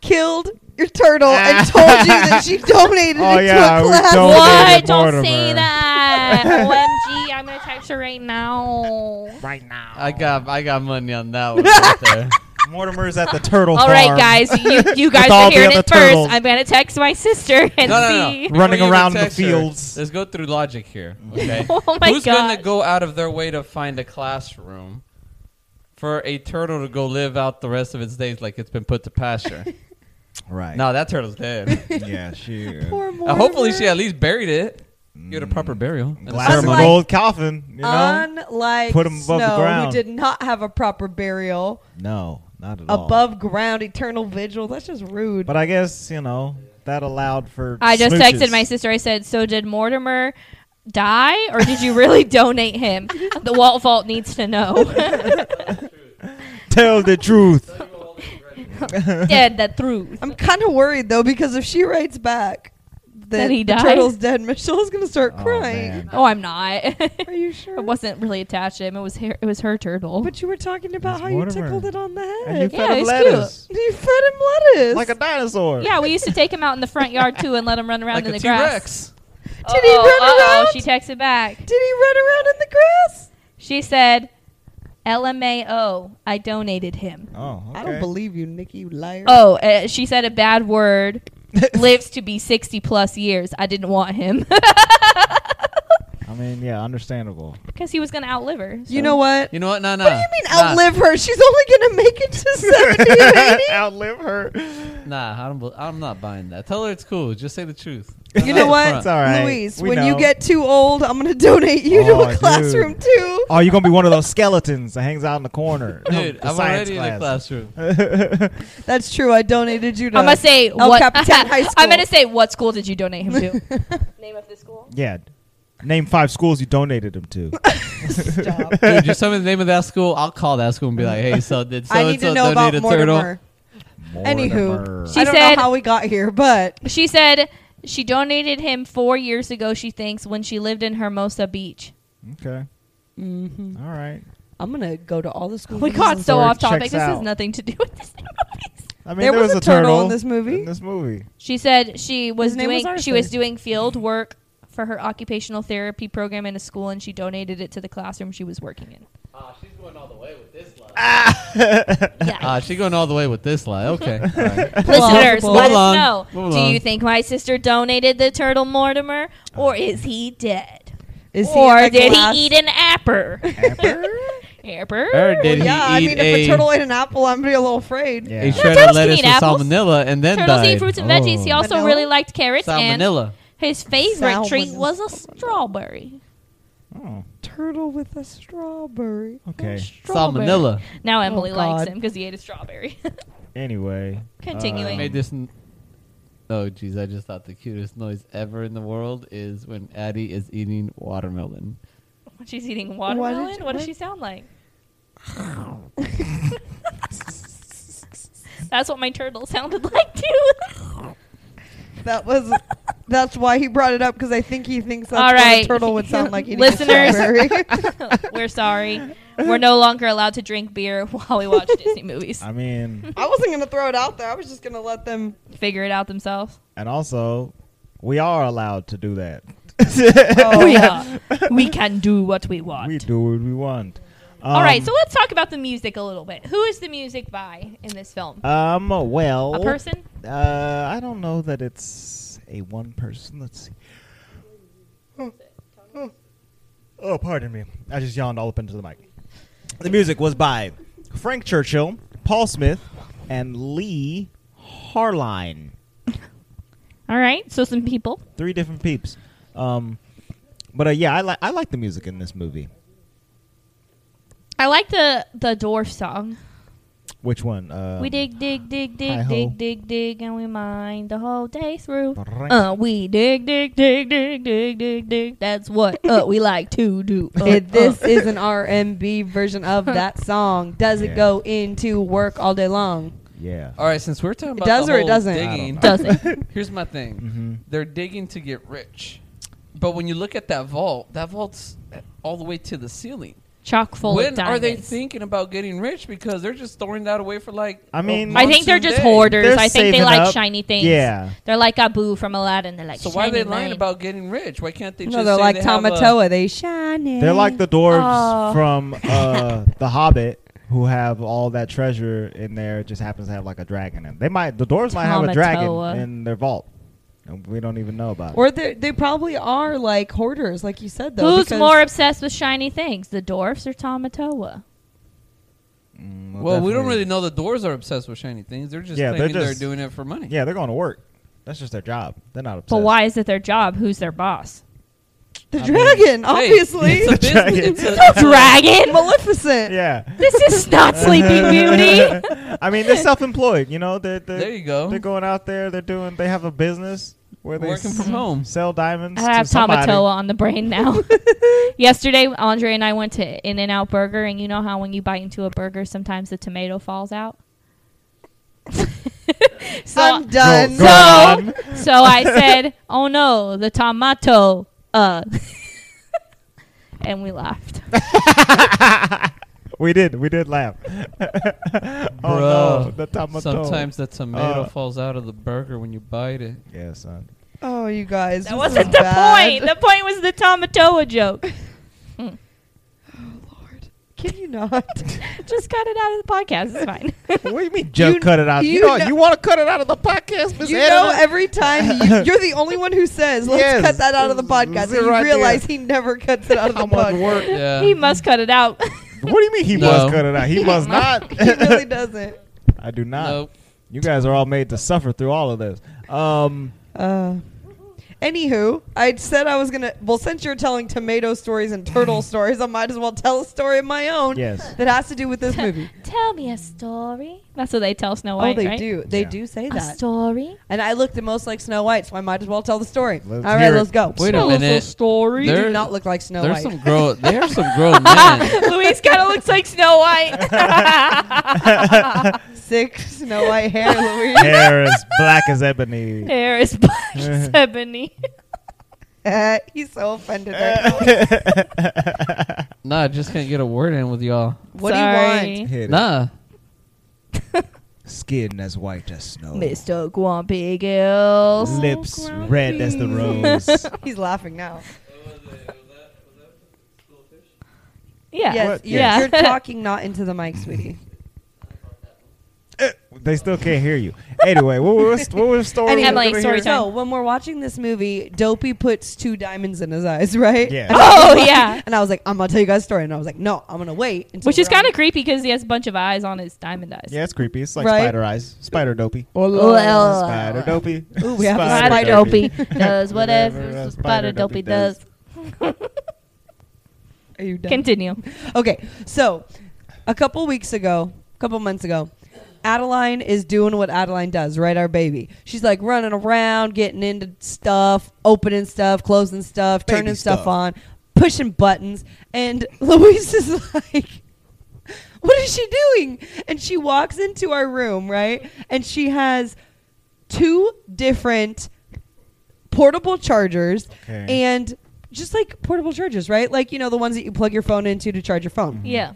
Killed your turtle
[LAUGHS]
and told you that she donated
Oh,
it
yeah,
to
we
a class.
don't-
what?
Mortimer. [LAUGHS]
Don't say that. OMG! I'm gonna text her right now.
Right now.
I got I got money on that
[LAUGHS]
one right there.
Mortimer's at the turtle
All
farm.
right, guys, you,
[LAUGHS]
you guys
With all
are
the
hearing
other
it first.
turtles.
I'm gonna text my sister [LAUGHS] and
No, no, no.
see.
Before
Running
you even
around the
text her,
fields.
let's go through logic here. Okay.
[LAUGHS] Oh my
Who's
god!
gonna go out of their way to find a classroom for a turtle to go live out the rest of its days like it's been put to
[LAUGHS]
pasture?
Right.
[LAUGHS]
no, that turtle's dead.
Yeah, she.
Poor
Uh, hopefully, she
Mortimer.
at least buried it. Give it a proper burial. and a
Mm. Glass of
ceremony.
Unlike-
gold coffin. You know?
Unlike
Put 'em
Snow,
above the
who
ground.
did not have a proper burial,
no, not at all.
above ground, eternal vigil. That's just rude.
But I guess you know that allowed for.
I just
smooches.
texted my sister. I said, "So did Mortimer die, or did you really [LAUGHS] donate him?" The Walt Vault needs to
[LAUGHS]
know. [LAUGHS]
Tell the truth.
[LAUGHS]
Dead the truth.
I'm kind of worried though because if she writes back that,
That he
the
died?
turtle's dead, Michelle's gonna start
Oh,
crying.
man.
Oh, I'm not. [LAUGHS]
Are
I
you sure?
wasn't really attached to him. It was her, it was her turtle.
But you were talking about
It's
how
Mortimer.
you tickled it on the head.
And you
Yeah,
fed him
it's
lettuce
You fed him lettuce.
like a dinosaur.
yeah, we used to take him out in the front yard too and let him run around
like
in the
a T
grass.
Rex.
Did he
Uh-oh,
run
uh-oh,
around?
She texted back.
Did he run around in the grass?
She said, "LMAO, I donated him."
Oh, okay.
I don't
[LAUGHS]
believe you, Nikki. You liar.
Oh, uh, she said a bad word. lives to be 60 plus years. I didn't want him [LAUGHS]
I mean, yeah,
[LAUGHS]
understandable.
because he was going to outlive her.
you know what?
You know what? Nah, nah.
What do you mean
Nah,
outlive her? She's only gonna make it to seventy or eighty.
[LAUGHS] Outlive her.
Nah, I don't. bel- I'm not buying that. Tell her it's cool. Just say the truth.
You know what,
It's all right.
Louise?
We
when
know.
you get too old, I'm gonna donate you
Oh,
to a
dude.
classroom too.
Oh, you're gonna be one of those skeletons that hangs out in the
[LAUGHS]
corner.
Dude,
The
I'm
science
already in the classroom.
[LAUGHS]
That's true. I donated you to.
I'm gonna say
uh, El
what [LAUGHS]
Capitan High School.
I'm gonna say what school did you donate him to?
[LAUGHS]
Name of the school.
yeah. Name five schools you donated
[LAUGHS]
him to.
[LAUGHS] Stop.
Dude, just tell me the name of that school. I'll call that school and be like, "Hey, so did so
I
and
need
so
to know
donate
about
a turtle?"
Mortimer. Anywho.
Mortimer.
She
I don't
said-
know how we got here, but
She said she donated him four years ago. She thinks when she lived in Hermosa Beach.
okay.
Mhm.
All right.
I'm gonna go to all the schools.
We
in
got
this-
so
Sorry,
off topic.
checks
This has
out.
nothing to do with this movies.
I mean,
There was a turtle in this movie.
In this movie.
[LAUGHS] She said she was
His name
doing
was
she was
Arthur.
doing field work for her occupational therapy program in a school, and she donated it to the classroom she was working in.
[LAUGHS]
Ah, she's going all the way with this line.
[LAUGHS]
Yeah.
Uh,
Ah, she's going all the way with this line. Okay. All right.
[LAUGHS]
Listeners,
Move
let
along.
us know.
Move
Do
along.
you think my sister donated the turtle Mortimer, or is he dead?
Is he
or
in a
did
glass?
he eat an apper? [LAUGHS]
Apple?
apper?
Or did he
yeah, I
eat
mean,
a,
if a turtle ate an apple, I'm gonna be a little afraid.
Yeah.
a
Well,
shred of
turtles can
lettuce
eat
with
apples.
salmonella and then
Turtles
died? Oh.
eat fruits and
Oh.
veggies. He also
Vanilla?
really liked carrots, and
salmonella.
his favorite treat
Salmonella.
was a strawberry.
Oh,
Turtle with a strawberry.
okay.
Strawberry.
Salmonella.
Now Emily
Oh,
likes
God.
him because he ate a strawberry. [LAUGHS]
Anyway.
Continuing.
Um,
Made this. N- oh, jeez! I just thought the cutest noise ever in the world is when Addie is eating watermelon.
When She's eating watermelon.
did you-
what does
what-
she sound like? That's what my turtle [LAUGHS] sounded like too. [LAUGHS]
That was. That's why he brought it up because I think he thinks that's
All
what
right.
a turtle would sound like eating a
Listeners.
strawberry.
[LAUGHS] We're sorry. We're no longer allowed to drink beer [LAUGHS] while we watch Disney
[LAUGHS]
movies.
I mean,
I wasn't gonna throw it out there. I was just gonna let them.
Figure it out themselves.
and also, we are allowed to do that.
Oh,
we, are. we can do what we want.
We do what we want.
All right,
Um,
so let's talk about the music a little bit. Who is the music by in this film?
Um. Well.
a person?
Uh, I don't know that it's a one person. Let's see. Oh, pardon me. I just yawned all up into the mic. The music was by Frank Churchill, Paul Smith, and Lee Harline.
All right, so some people.
Three different peeps. Um, but uh, yeah, I like I like the music in this movie.
I like the the dwarf song.
Which one? Um,
we dig, dig, dig, dig,
hi-ho.
dig, dig, dig, and we mine the whole day through.
Brrrr.
Uh, we dig, dig, dig, dig, dig, dig, dig. That's what uh, we like
[LAUGHS]
to do. Uh,
It- this
uh.
is an R&B version
[LAUGHS]
of that song. Does
Yeah.
it go into work all day long?
yeah.
All right, since we're talking about
does
the
or it
whole
doesn't? I don't
digging,
know.
does
[LAUGHS]
it.
here's my thing.
Mhm.
They're digging to get rich, but when you look at that vault, that vault's all the way to the ceiling.
chock full
when
of
are
diamonds.
they thinking about getting rich? Because they're just throwing that away for like.
I
a
mean-
I think they're
monsoon day.
just hoarders.
They're
I think they
saving
like
up.
shiny things.
Yeah.
They're like Abu from Aladdin. They're like,
So why are they
shiny
lying
mine.
about getting rich? Why can't they
No,
just
they're
say
like
they have a-
Tomatoa. They shine.
They're like the dwarves
Oh. [LAUGHS]
from uh, The Hobbit who have all that treasure in there. It Just happens to have like a dragon. In. it. They might the dwarves might have a
Tomatoa.
dragon in their vault, and we don't even know about it.
Or they they probably are like hoarders, like you said though.
Who's
because-
more obsessed with shiny things, the dwarfs or Tomatoa?
Mm,
Well, we don't
definitely-
really know. The doors are obsessed with shiny things. They're just
Yeah, they're
thinking they're,
just-
doing it for money.
Yeah, they're going to work. That's just their job. They're not obsessed.
But why is it their job? Who's their
[LAUGHS]
boss?
the
I mean-
Hey,
dragon?
[LAUGHS]
obviously,
[LAUGHS] it's a business.
Dragon.
It's a,
[LAUGHS]
No
[LAUGHS]
dragon.
Maleficent.
Yeah.
this is
[LAUGHS]
not [LAUGHS] Sleeping Beauty.
I mean, they're self-employed. You know, they're, they're
there you go.
They're going out there. They're doing. They have a business where they
Working
s-
from home.
sell diamonds.
I have
to somebody.
Tomatoa on the
[LAUGHS]
brain now. [LAUGHS] Yesterday, Andre and I went to In and Out Burger, and you know how when you bite into a burger, sometimes the tomato falls out. [LAUGHS] so
I'm
Go-
done.
go on.
So I said, "Oh no, the tomato." Uh, and we laughed.
We did. We did laugh. [LAUGHS] oh no,
Bruh.
the tomato.
Sometimes the tomato
Uh,
falls out of the burger when you bite it.
Yeah, son.
Oh, you guys.
That
this
wasn't
is
the
bad.
point. The point was the tomatoa joke.
Oh Lord, can you
[LAUGHS]
not?
Just cut it out of the podcast. It's fine.
[LAUGHS]
what do you mean? Just
You-
cut it out. You,
you
know,
know-
you want to cut it out of the podcast, Miss
you
Editor?
know, every time
[LAUGHS]
you, you're the only one who says, "Let's
Yes.
cut that out of the podcast," and
Zero
you
idea.
realize he never cuts it out of the
[LAUGHS] I'm on
podcast.
work.
Yeah.
he must cut it out. [LAUGHS]
What do you mean he
No.
must cut it out? He must not.
he
[LAUGHS]
really doesn't.
I do not.
Nope.
You guys are all made to suffer through all of this. Um,
Uh, anywho, I said I was gonna. Well, since you're telling tomato stories and
[LAUGHS]
turtle stories, I might as well tell a story of my own [LAUGHS]
yes. [LAUGHS]
that has to do with
[LAUGHS]
this movie.
Tell me a story. That's what they tell Snow
oh,
White.
they
right?
do. They
Yeah.
do say
A
that.
story.
and I look the most like Snow White, so I might as well tell the story.
Let's
All
hear
right,
it.
let's go.
Wait a
Tell us
minute.
story. You
There-
[LAUGHS] do not look like Snow
There's
White.
some
[LAUGHS]
grown. They are some grown men.
Louise kind of looks like
[LAUGHS]
Snow White.
Sick Snow White hair, Louise. [LAUGHS]
Hair is black as ebony.
Hair is black [LAUGHS] as ebony.
Uh, he's so offended right
[LAUGHS]
now.
Nah, I just can't get a word in with y'all.
What do you
Sorry.
want?
Hit it.
Nah.
Skin as white as snow.
Mr. Gumpy Gills.
Lips red as the rose.
He's laughing now.
Yeah.
Yes,
What?
You're,
Yeah. [LAUGHS]
you're talking not into the mic, sweetie.
they still can't hear you. Anyway, what was what was the story?
Anyway,
we're
Emily,
gonna
story
hear?
time.
So when we're watching this movie, Dopey puts two diamonds in his eyes, [LAUGHS] right?
Yeah.
And I was
Oh,
like-
[LAUGHS] yeah.
And I was like, I'm gonna tell you guys a story, and I was like, no, I'm gonna wait. Until
Which is kind of creepy because he has a bunch of eyes on his diamond eyes.
Yeah, it's creepy. It's like
Right?
spider eyes, spider dopey,
Well,
spider dopey.
Ooh, we have a
Spider,
Spider
Dopey
[LAUGHS]
does whatever,
Whatever
the
a
Spider
Spider Dopey
Dopey does.
Are you done?
[LAUGHS] Continue.
[LAUGHS] Okay, so a couple weeks ago, a couple months ago, Adeline is doing what Adeline does, right? Our baby. She's like running around, getting into stuff, opening stuff, closing stuff,
Baby
turning stuff.
stuff.
on, pushing buttons. And [LAUGHS] Louise is like, What is she doing? And she walks into our room, right? And she has two different portable chargers
Okay.
and just like portable chargers, right? Like, you know, the ones that you plug your phone into to charge your phone.
Yeah.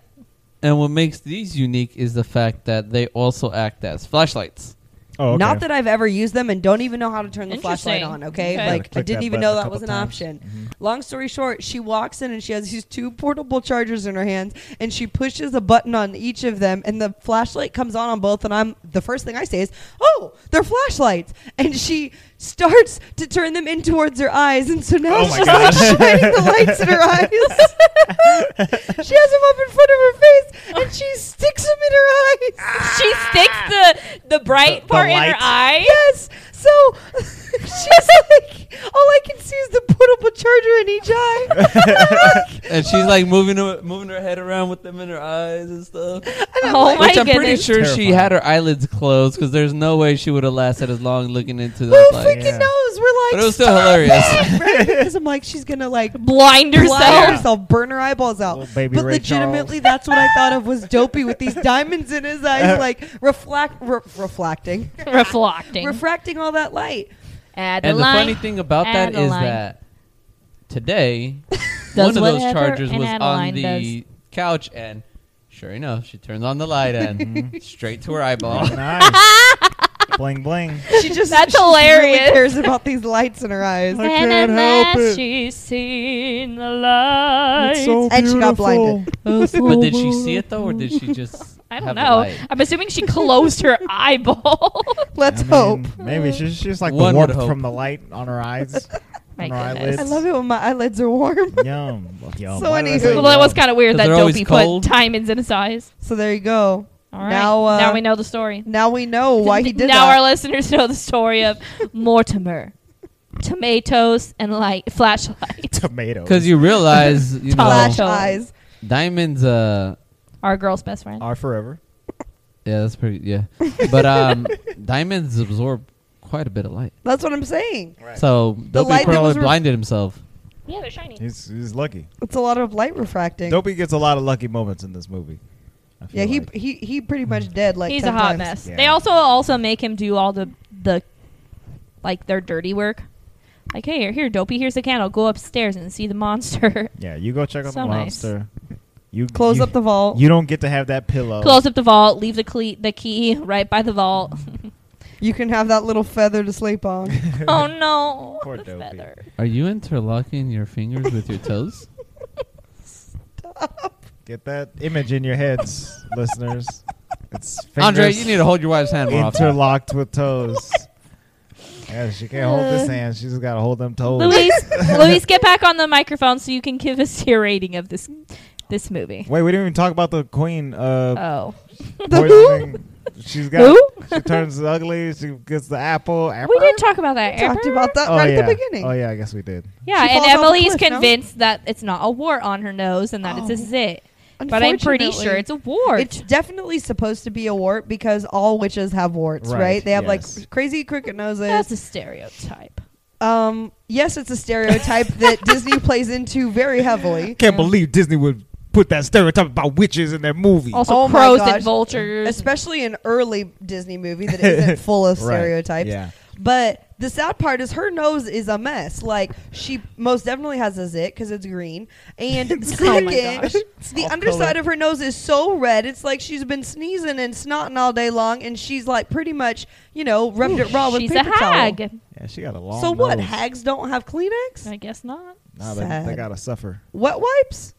And what makes these unique is the fact that they also act as flashlights.
Oh, okay.
Not that I've ever used them and don't even know how to turn the
Interesting.
flashlight on, okay?
Okay.
Gotta
Like, I
click
didn't
that
even
button
know
a
that
couple
was an
times. Mm-hmm.
option. Long story short, she walks in and she has these two portable chargers in her hands and she pushes a button on each of them and the flashlight comes on on both. And I'm the first thing I say is, oh, they're flashlights. And she starts to turn them in towards her eyes. And so now
Oh my
she's like
God.
shining the lights in
[LAUGHS]
her eyes. [LAUGHS] she has them up in front of her face and she sticks them in her eyes.
Ah. She sticks the the bright
The- the
part in
light.
her eye.
Yes. So [LAUGHS] She's like, all I can see is the portable charger in each
[LAUGHS]
eye.
and she's like moving her, moving her head around with them in her eyes and stuff.
Oh my
Which I'm pretty
goodness.
sure she
Terrifying.
had her eyelids closed because there's no way she would have lasted as long looking into
Who
that. Like,
freaking
Yeah.
knows? We're like,
but it was still
"Stop
hilarious. [LAUGHS]
it," right? Because I'm like, she's gonna like
Blind herself.
blind herself, burn her eyeballs out.
Little baby
but
Ray
legitimately, that's what I thought of was dopey with these diamonds in his
[LAUGHS]
eyes, like reflect, re- reflecting,
Reflecting.
refracting all that light.
Adeline.
and the funny thing about that is
Adeline.
that today
Does
one of those
whatever
chargers
an
was
Adeline
on the couch, and sure enough, she turns on the light and straight to her
[LAUGHS]
eyeball.
nice. bling bling.
[LAUGHS]
She just
That's
she really
hilarious.
cares about these lights in her eyes.
[LAUGHS] I can't
and
help
unless
it.
she's seen the light.
And she got blinded.
but did she see it though, or did she just?
I don't
have the
know.
light?
I'm assuming she closed
[LAUGHS]
her eyeball.
Let's
I mean,
hope.
Maybe she's she's just like
One
the
would
warmth
hope.
from the light on her eyes.
[LAUGHS]
My
On her
goodness.
eyelids.
I love it when my eyelids are warm. [LAUGHS]
Yum. Yum.
So
Why did I say
anywho-
Well, that was
yum?
kind of weird
'Cause
that
they're always
Dopey
cold.
put diamonds in his eyes.
So there you go.
All right.
Now, uh,
now we know the story.
Now we know
[LAUGHS]
why he did
now
that.
our listeners know the
[LAUGHS]
story of Mortimer, tomatoes, and light
[LAUGHS]
flashlight.
tomatoes.
Because you realize, you know,
Flash eyes.
diamonds. Uh,
Our girl's best friend.
are forever.
yeah, that's pretty. Yeah, but
[LAUGHS]
um, diamonds absorb quite a bit of light.
That's what I'm saying.
So Dopey
light that
probably
was re-
blinded himself.
yeah, they're shiny.
He's he's lucky.
It's a lot of light refracting.
Dopey gets a lot of lucky moments in this movie. I feel
Yeah, he
like.
he he pretty much dead. Like
He's
10
a hot
times.
mess.
Yeah.
They also also make him do all the the like their dirty work. Like here, here, Dopey, here's the candle. Go upstairs and see
[LAUGHS]
the monster.
Yeah, you go check on
So
the
nice.
monster. You
Close
you-
up the vault. You,
You don't get to have that pillow.
Close
[LAUGHS]
up the vault. Leave the cle- the key right by the vault. [LAUGHS]
can have that little feather to sleep
[LAUGHS]
on.
oh no,
Poor
the
Dopey.
feather.
Are you interlocking your fingers with your toes?
Get that image in your
[LAUGHS]
heads, listeners. It's fingers
Andre, you need to hold your wife's hand more often.
interlocked with toes. yeah, she can't hold
Uh.
this hand. She's got to hold them toes.
Luis, Luis, get back on the microphone so you can give us your rating of this this movie.
Wait, we didn't even talk about the queen. Uh,
Oh,
poisoning. She's got.
[LAUGHS] Who?
She turns ugly. She gets the apple. apple?
we did talk about that.
Talked
Amber?
about that
oh,
right
yeah.
at the beginning.
Oh yeah, I guess we did.
Yeah,
She
and
falls off a
Emily's
cliff, no?
convinced that it's not a wart on her nose and that
Oh.
it's a zit. But I'm pretty sure
Unfortunately,
it's a wart.
It's definitely supposed to be a wart because all witches have warts, right?
Right,
They have
yes.
like crazy crooked noses.
That's a stereotype.
um, yes, it's a stereotype
[LAUGHS]
that Disney plays into very heavily.
Can't believe Disney would put that stereotype about witches in their movie.
Also,
Oh my
crows
gosh.
and vultures.
Especially an early Disney movie that isn't
[LAUGHS]
full of
Right,
stereotypes.
yeah.
But the sad part is her nose is a mess. Like she most definitely has a zit because it's green.
[LAUGHS]
And [LAUGHS] second,
Oh gosh.
the underside of her nose is so red. It's like she's been sneezing and snotting all day long, and she's like pretty much, you know, rubbed it raw with
She's a
paper towel.
hag.
Yeah, she got a long.
So what?
nose.
Hags don't have Kleenex,
I guess not. [LAUGHS]
Nah, they,
Sad.
they gotta suffer.
wet wipes.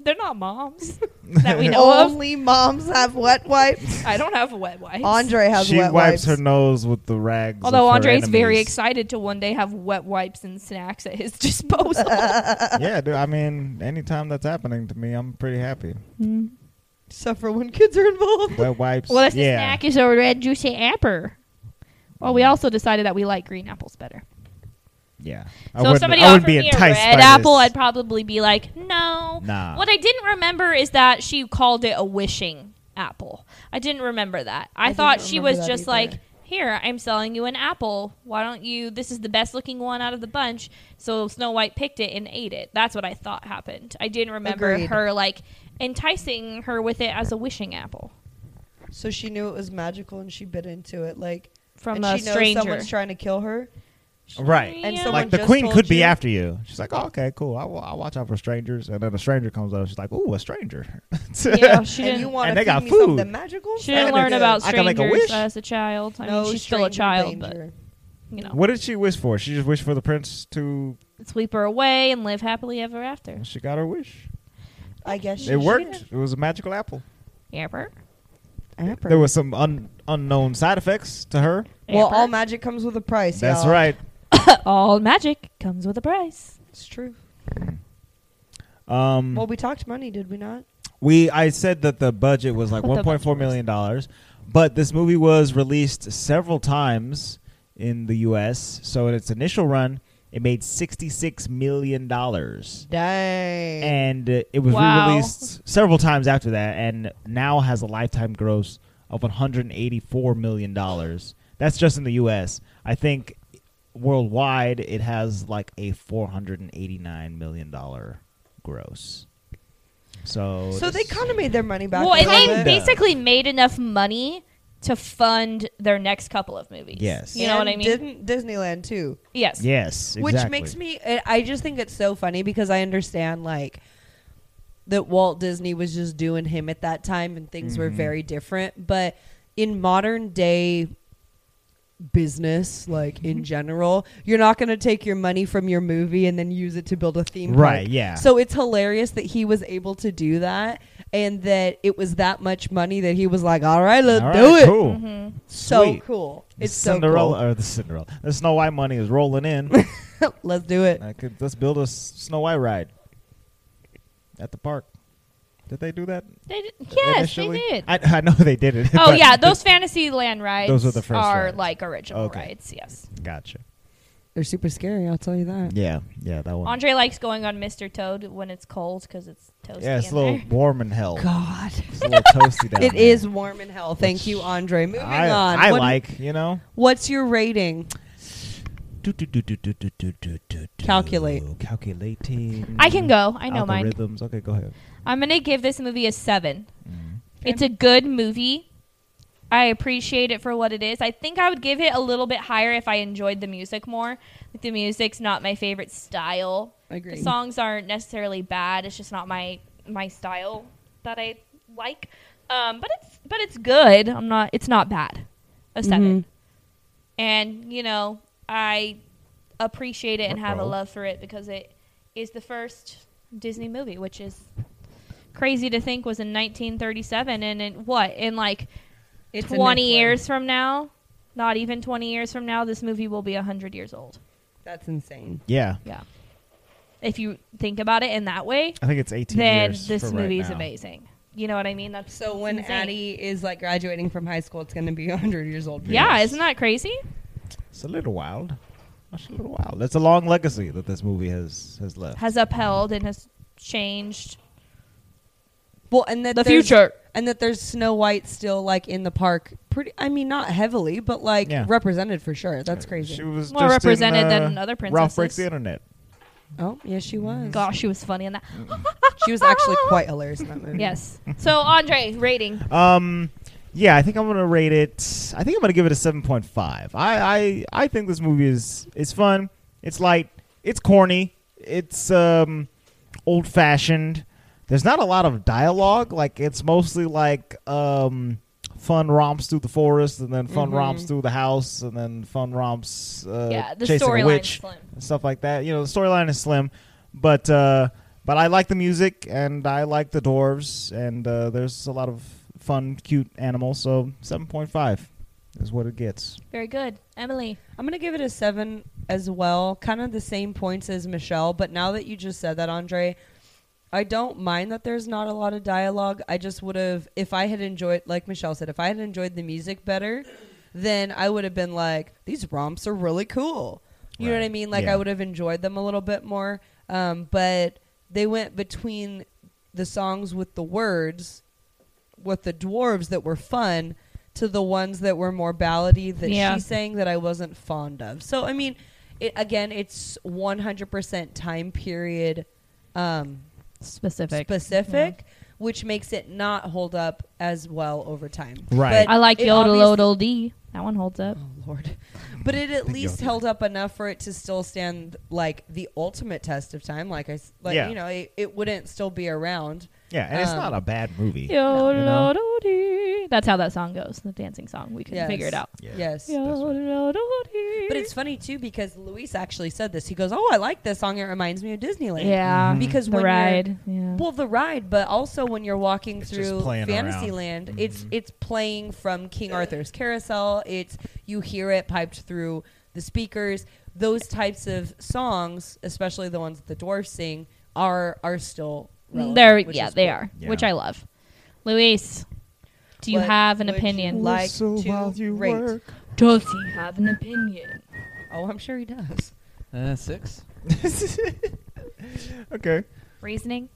They're
[LAUGHS]
not moms that we know of.
Only moms have wet wipes.
I don't have wet wipes.
Andre has
She
wet
wipes her nose with the rags.
Although
of her
Andre is very
enemies.
excited to one day have wet wipes and snacks at
[LAUGHS]
his [LAUGHS] disposal.
yeah, dude. I mean, anytime that's happening to me, I'm pretty happy.
Suffer when kids are involved.
Wet wipes.
well, that's the
yeah.
snack is a red juicy apple. Well, we also decided that we like green apples better.
Yeah.
so if somebody offered me a red apple, I'd probably be like, no.
Nah.
What I didn't remember is that she called it a wishing apple. I didn't remember that. I,
didn't
thought she
remember
was
that
just
either.
like, here, I'm selling you an apple. Why don't you? This is the best looking one out of the bunch. So Snow White picked it and ate it. That's what I thought happened. I didn't remember
Agreed.
her like enticing her with it as a wishing apple
So she knew it was magical and she bit into it. Like
from
and
a
she knows
stranger.
someone's trying to kill her.
Right.
And
Yeah.
someone
like the
just
queen
told
could be
you-
after you. She's like, oh, okay, cool. I will, I'll watch out for strangers. And then a stranger comes out. She's like, ooh, a stranger.
yeah,
[LAUGHS]
she
and you
didn't.
want to
and they
feed
got
me
food.
something magical?
She didn't
I can
learn
make a-
about
I can
strangers
make a wish.
as a child. I
no
mean, she's still a
stranger
child, but
danger.
[LAUGHS]
you know,
what did she wish for? She just wished for the prince to.
sweep her away and live happily ever after.
She got her wish.
I guess she
It worked. It was a magical apple.
Ever.
Apple.
There was some un- unknown side effects to her.
well,
Amber.
all magic comes with a price.
That's
y'all.
right.
Uh, All magic comes with a price.
It's true.
Um,
Well, we talked money, did we not?
We I said that the
[LAUGHS]
budget was like
What the
1.4 million dollars, but this movie was released several times in the U.S. So in its initial run, it made sixty-six million dollars,
Dang.
and uh, it was
Wow.
re-released several times after that, and now has a lifetime gross of one hundred eighty-four million dollars. That's just in the U.S. I think worldwide it has like a four hundred eighty-nine million dollar gross. So
so they
this-
kind of made their money back.
Well,
a
and
little
they
bit.
basically made enough money to fund their next couple of movies.
Yes.
You know what
And
I mean?
Didn't Disneyland too?
yes.
yes,
Which
exactly.
makes me. I I just think it's so funny because I understand like that Walt Disney was just doing him at that time, and things
Mm-hmm.
were very different. But in modern day business, like
Mm-hmm.
in general, you're not going to take your money from your movie and then use it to build a theme.
right.
park.
Yeah.
So it's hilarious that he was able to do that, and that it was that much money that he was like, "All right, let's
All
do
right,
it." Mm-hmm.
Cool.
Mhm.
So
Sweet.
cool.
The
It's
Cinderella
so
or the Cinderella. The Snow White money is
[LAUGHS]
rolling in.
cool. [LAUGHS] let's do it.
I could, let's build a s- Snow White ride at the park. Did they do that?
They did. Yes, they
initially?
did.
I, I know they did it.
oh
but-
yeah, those Fantasyland rides
Those were the first
are
rides.
like original
Okay.
rides. Yes.
Gotcha.
They're super scary. I'll tell you that.
Yeah, yeah, that one.
Andre likes going on Mr. Toad when it's cold because it's toasty.
yeah, it's a
in
little
there.
warm in hell.
God,
It's a little toasty down
it
there.
is warm in hell. Thank you, Andre. Moving
I,
on.
I
What-
like, you know.
What's your rating?
Do, do, do, do, do, do, do, do, do.
Calculate.
Calculating.
I can go. I know mine.
Algorithms. Okay, go ahead.
I'm gonna give this movie a seven.
Mm.
It's a good movie. I appreciate it for what it is. I think I would give it a little bit higher if I enjoyed the music more. Like the music's not my favorite style.
Agree.
The songs aren't necessarily bad. It's just not my my style that I like. Um, but it's but it's good. I'm not. It's not bad. A 7 And you know, I appreciate it and have a
Uh-oh.
love for it because it is the first Disney movie, which is crazy to think was in 1937 and in what in like
It's a
20
Nick
years from now not even 20 years from now this movie will be 100 years old
Lane. That's insane.
Yeah,
yeah if you think about it in that way
I think it's 18
then
years
this
for right
movie is
now.
amazing you know what i mean that's
So when
insane.
Addie is like graduating from high school, it's going to be [LAUGHS] 100 years old.
yeah
Yes.
isn't that crazy
It's a little wild. That's a little wild. That's a long legacy that this movie has has left.
has upheld and has changed
Well, and that
the
there's-
future
and that there's Snow White still like in the park. Pretty, I mean, not heavily, but like
Yeah.
represented for sure. That's
She
crazy.
was
More
just in,
represented than
uh,
other
Ralph breaks
princesses.
the internet.
Oh, yes, she was.
[LAUGHS] gosh she was funny in that
She was actually quite hilarious in that movie.
yes so andre rating
Um, yeah, I think I'm gonna rate it. I think I'm gonna give it a 7.5. I, I I think this movie is it's fun. It's light. It's corny. It's um old fashioned. There's not a lot of dialogue. Like it's mostly like um fun romps through the forest and then fun
Mhm.
romps through the house and then fun romps uh,
Mm-hmm. yeah the
chasing a
storyline's
witch
slim
and stuff like that. You know, the storyline is slim, but uh, but I like the music and I like the dwarves and uh, there's a lot of fun, cute animals. So seven point five is what it gets.
very good emily
I'm gonna give it a seven as well. Kind of the same points as Michelle, but now that you just said that, Andre, I don't mind that there's not a lot of dialogue. I just would have, if I had enjoyed, like Michelle said, if I had enjoyed the music better, then I would have been like, these romps are really cool. You know
Right.
what I mean? Like
Yeah.
I would have enjoyed them a little bit more. Um, but they went between the songs with the words with the dwarves that were fun to the ones that were more ballady that
Yeah.
she sang that I wasn't fond of. So I mean, it, again, it's 100% time period um,
specific
specific, which makes it not hold up as well over time.
Right.
I like
it
Yodel
obviously-
Odel D. That one holds up.
Oh Lord. [LAUGHS] But it at
Big
least
yodel.
held up enough for it to still stand like the ultimate test of time. Like I, s- like
Yeah.
you know, it, it wouldn't still be around.
Yeah, and it's
Um,
not a bad movie.
Yodel
You know?
Odel Dee. That's how that song goes, the dancing song. We can
Yes.
figure it out.
Yeah.
Yes.
Yodel Odel Dee.
But it's funny too because Luis actually said this. He goes, "Oh, I like this song. It reminds me of Disneyland."
Mm-hmm.
yeah,
because
the
when you're-
ride. Yeah.
Well, the ride, but also when you're walking
It's just
through
playing around. Mm-hmm.
Fantasyland, it's it's playing from King Arthur's Carousel. It's you hear it piped through the speakers. Those types of songs, especially the ones that the dwarves sing, are are still relevant,
They're
which
yeah,
is
they
cool.
are,
Yeah.
which I love. Luis, do you
What
have an
would you
opinion?
like
Whistle
to
while you
rate.
work.
Does he have an opinion?
Oh, I'm sure he does.
Uh, six.
okay.
Reasoning?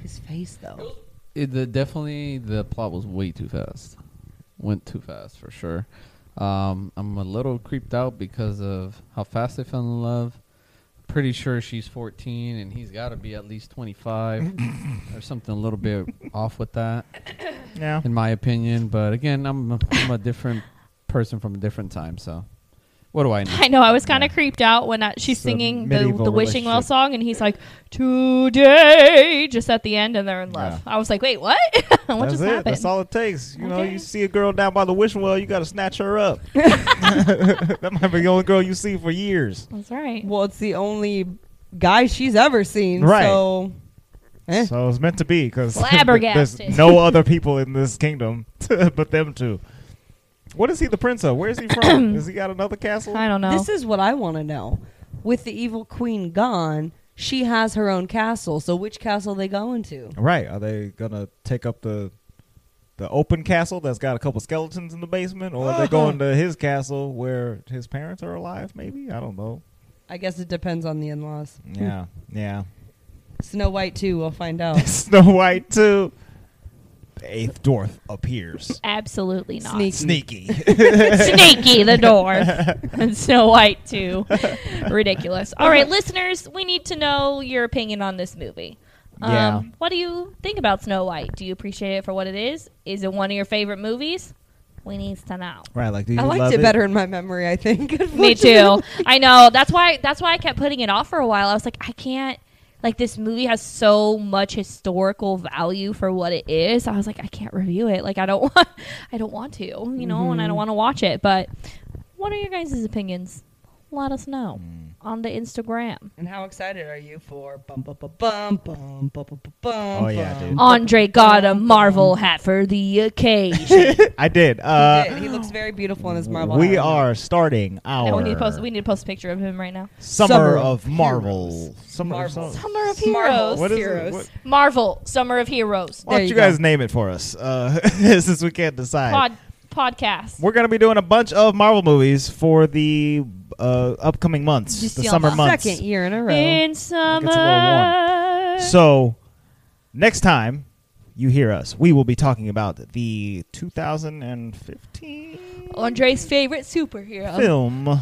His face, though.
It, the, definitely, the plot was way too fast. Went too fast for sure. Um, I'm a little creeped out because of how fast they fell in love. Pretty sure she's 14 and he's got to be at least 25. There's something a little bit off with that,
Yeah.
in my opinion. But again, I'm a, I'm a different person from a different time, so what do I know?
[LAUGHS] I know. I was kind of
Yeah.
creeped out when I, she's
Some
singing the,
medieval
the Wishing Well
relationship.
song, and he's like, "Today," just at the end, and they're in love.
Yeah.
I was like, "Wait, what? [LAUGHS] what
That's
just
it.
happened?"
That's all it takes. You know,
Okay.
you see a girl down by the wishing well, you got to snatch her
[LAUGHS]
up. [LAUGHS] that might be the only girl you see for years.
That's right.
Well, it's the only guy she's ever seen.
Right.
So, eh.
So it's meant to be [LAUGHS] because there's
Flabbergasted.
no other people in this kingdom [LAUGHS] but them two. What is he the prince of? Where is he
[COUGHS]
from? Has he got another castle?
I don't know.
this is what I want to know. With the evil queen gone, she has her own castle. So, which castle they going to?
Right. Are they gonna take up the the open castle that's got a couple skeletons in the basement, or are they going to his castle where his parents are alive? Maybe I don't know.
I guess it depends on the in-laws.
Yeah, yeah. [LAUGHS]
Snow White too. We'll find out.
Snow White too. The eighth dwarf appears.
Absolutely not.
Sneak.
Sneaky.
[LAUGHS]
[LAUGHS]
Sneaky the
[LAUGHS]
dwarf and Snow White too. Ridiculous. All right, listeners, we need to know your opinion on this movie. Um,
Yeah.
What do you think about Snow White? Do you appreciate it for what it is? Is it one of your favorite movies? We need to know.
right. Like, do [LAUGHS] you
I liked
love
it better in my memory. I think. [LAUGHS]
Me too. I know. That's why. That's why I kept putting it off for a while. I was like, I can't. Like this movie has so much historical value for what it is. I was like, I can't review it. Like I don't [LAUGHS] want. I don't want to. You know, and I don't want to watch it. But what are your guys' opinions? Let us know on the Instagram.
And how excited are you for bum bum bum bum bum bum bum bum?
Oh, yeah, dude.
Andre got a Marvel hat for the occasion.
I did.
He
Uh,
did. he looks very beautiful in his marble.
we
hat.
are starting our
no, [LAUGHS] we need to post. We need to post a picture of him right now.
summer,
Summer
of
of
Marvel.
Heroes.
Summer
Marvel.
of
Summer
Marvel
of Heroes.
What is it?
heroes.
What-
Marvel Summer of Heroes
Why
There
don't
you
you guys
go.
name it for us? Uh, [LAUGHS] since we can't decide.
pod podcast.
We're gonna be doing a bunch of Marvel movies for the uh, upcoming months, the
December.
summer months.
Second year in a row.
In
little warm.
summer.
So next time you hear us, we will be talking about the 2015
Andre's favorite superhero.
film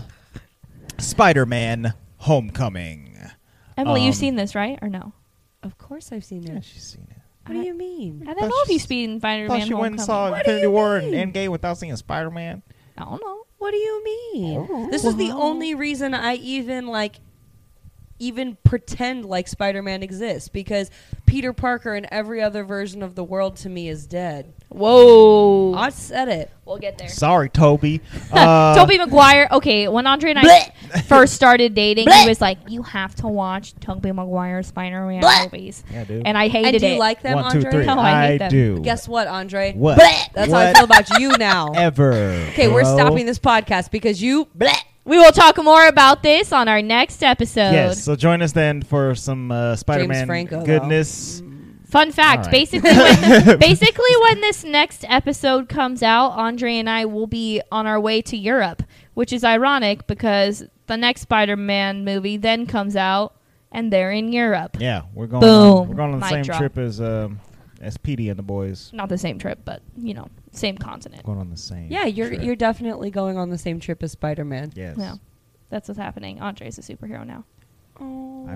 Spider-Man: Homecoming.
Emily, you've
Um,
seen this, right? Or no?
of course, I've seen
Yeah,
it.
she's seen it.
What do you mean?
I
thought
don't know if
she-
you've seen Spider
Thought
Man
she went
Homecoming.
and saw
What do
Infinity
you
War and
mean?
Endgame without seeing Spider-Man.
I don't know.
What do you mean?
Oh.
This is the
Wow.
only reason I even like even pretend like Spider-Man exists because Peter Parker in every other version of the world to me is dead.
Whoa.
I said it.
we'll get [LAUGHS] there.
Sorry,
[LAUGHS]
Toby. Uh,
Toby Maguire. Okay, when Andre and I [LAUGHS] first started dating, he was like, "You have to watch Toby Maguire Spider-Man movies,"
Yeah, dude.
and I hated
and do you
it.
like them,
One, two,
Andre?
three.
No, I
I,
hate them.
do.
Guess what, Andre?
what?
That's how I feel about you now.
[LAUGHS] Ever.
Okay, we're stopping this podcast because you.
we will talk more about this on our next episode.
Yes, so join us then for some uh, Spider-Man
Franco, though.
goodness.
Fun fact:
All right.
basically,
[LAUGHS]
when, basically, when this next episode comes out, Andre and I will be on our way to Europe, which is ironic because the next Spider-Man movie then comes out, and they're in Europe.
Yeah, we're going.
Boom.
We're going on the
Mic
same
drop.
trip as um, as Petey and the boys.
Not the same trip, but you know, same continent.
Going on the same.
Yeah, you're
trip.
you're definitely going on the same trip as Spider-Man.
Yes.
No, that's what's happening. Andre's a superhero now.
I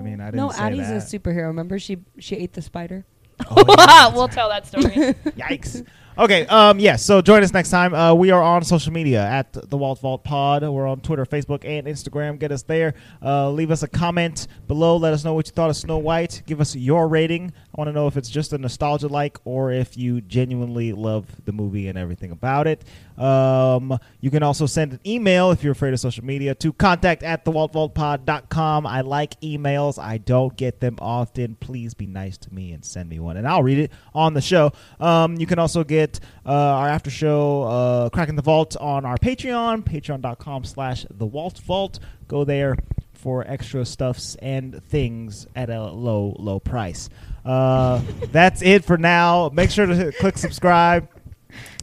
mean, I didn't
no,
say
Addie's
that.
a superhero. Remember, she she ate the spider. [LAUGHS]
[LAUGHS] we'll tell that story.
Yikes. Okay. Um. Yes. so join us next time. Uh, we are on social media at the Walt Vault Pod. We're on Twitter, Facebook, and Instagram. Get us there. Uh, leave us a comment below. Let us know what you thought of Snow White. Give us your rating. I want to know if it's just a nostalgia like or if you genuinely love the movie and everything about it. Um, you can also send an email if you're afraid of social media to contact at thewaltvaultpod.com. I like emails. I don't get them often. Please be nice to me and send me one, and I'll read it on the show. Um, you can also get uh, our after show, uh, Cracking the Vault, on our Patreon, patreon.com slash thewaltvault. Go there for extra stuffs and things at a low, low [LAUGHS] price. Uh, that's it for now. Make sure to click subscribe.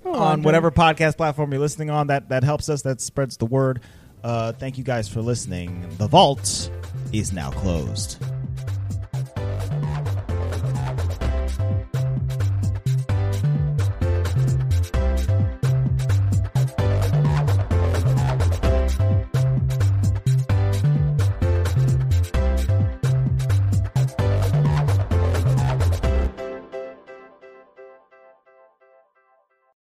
on
Audrey.
whatever podcast platform you're listening on. That that helps us. That spreads the word. Uh, thank you guys for listening. The vault is now closed.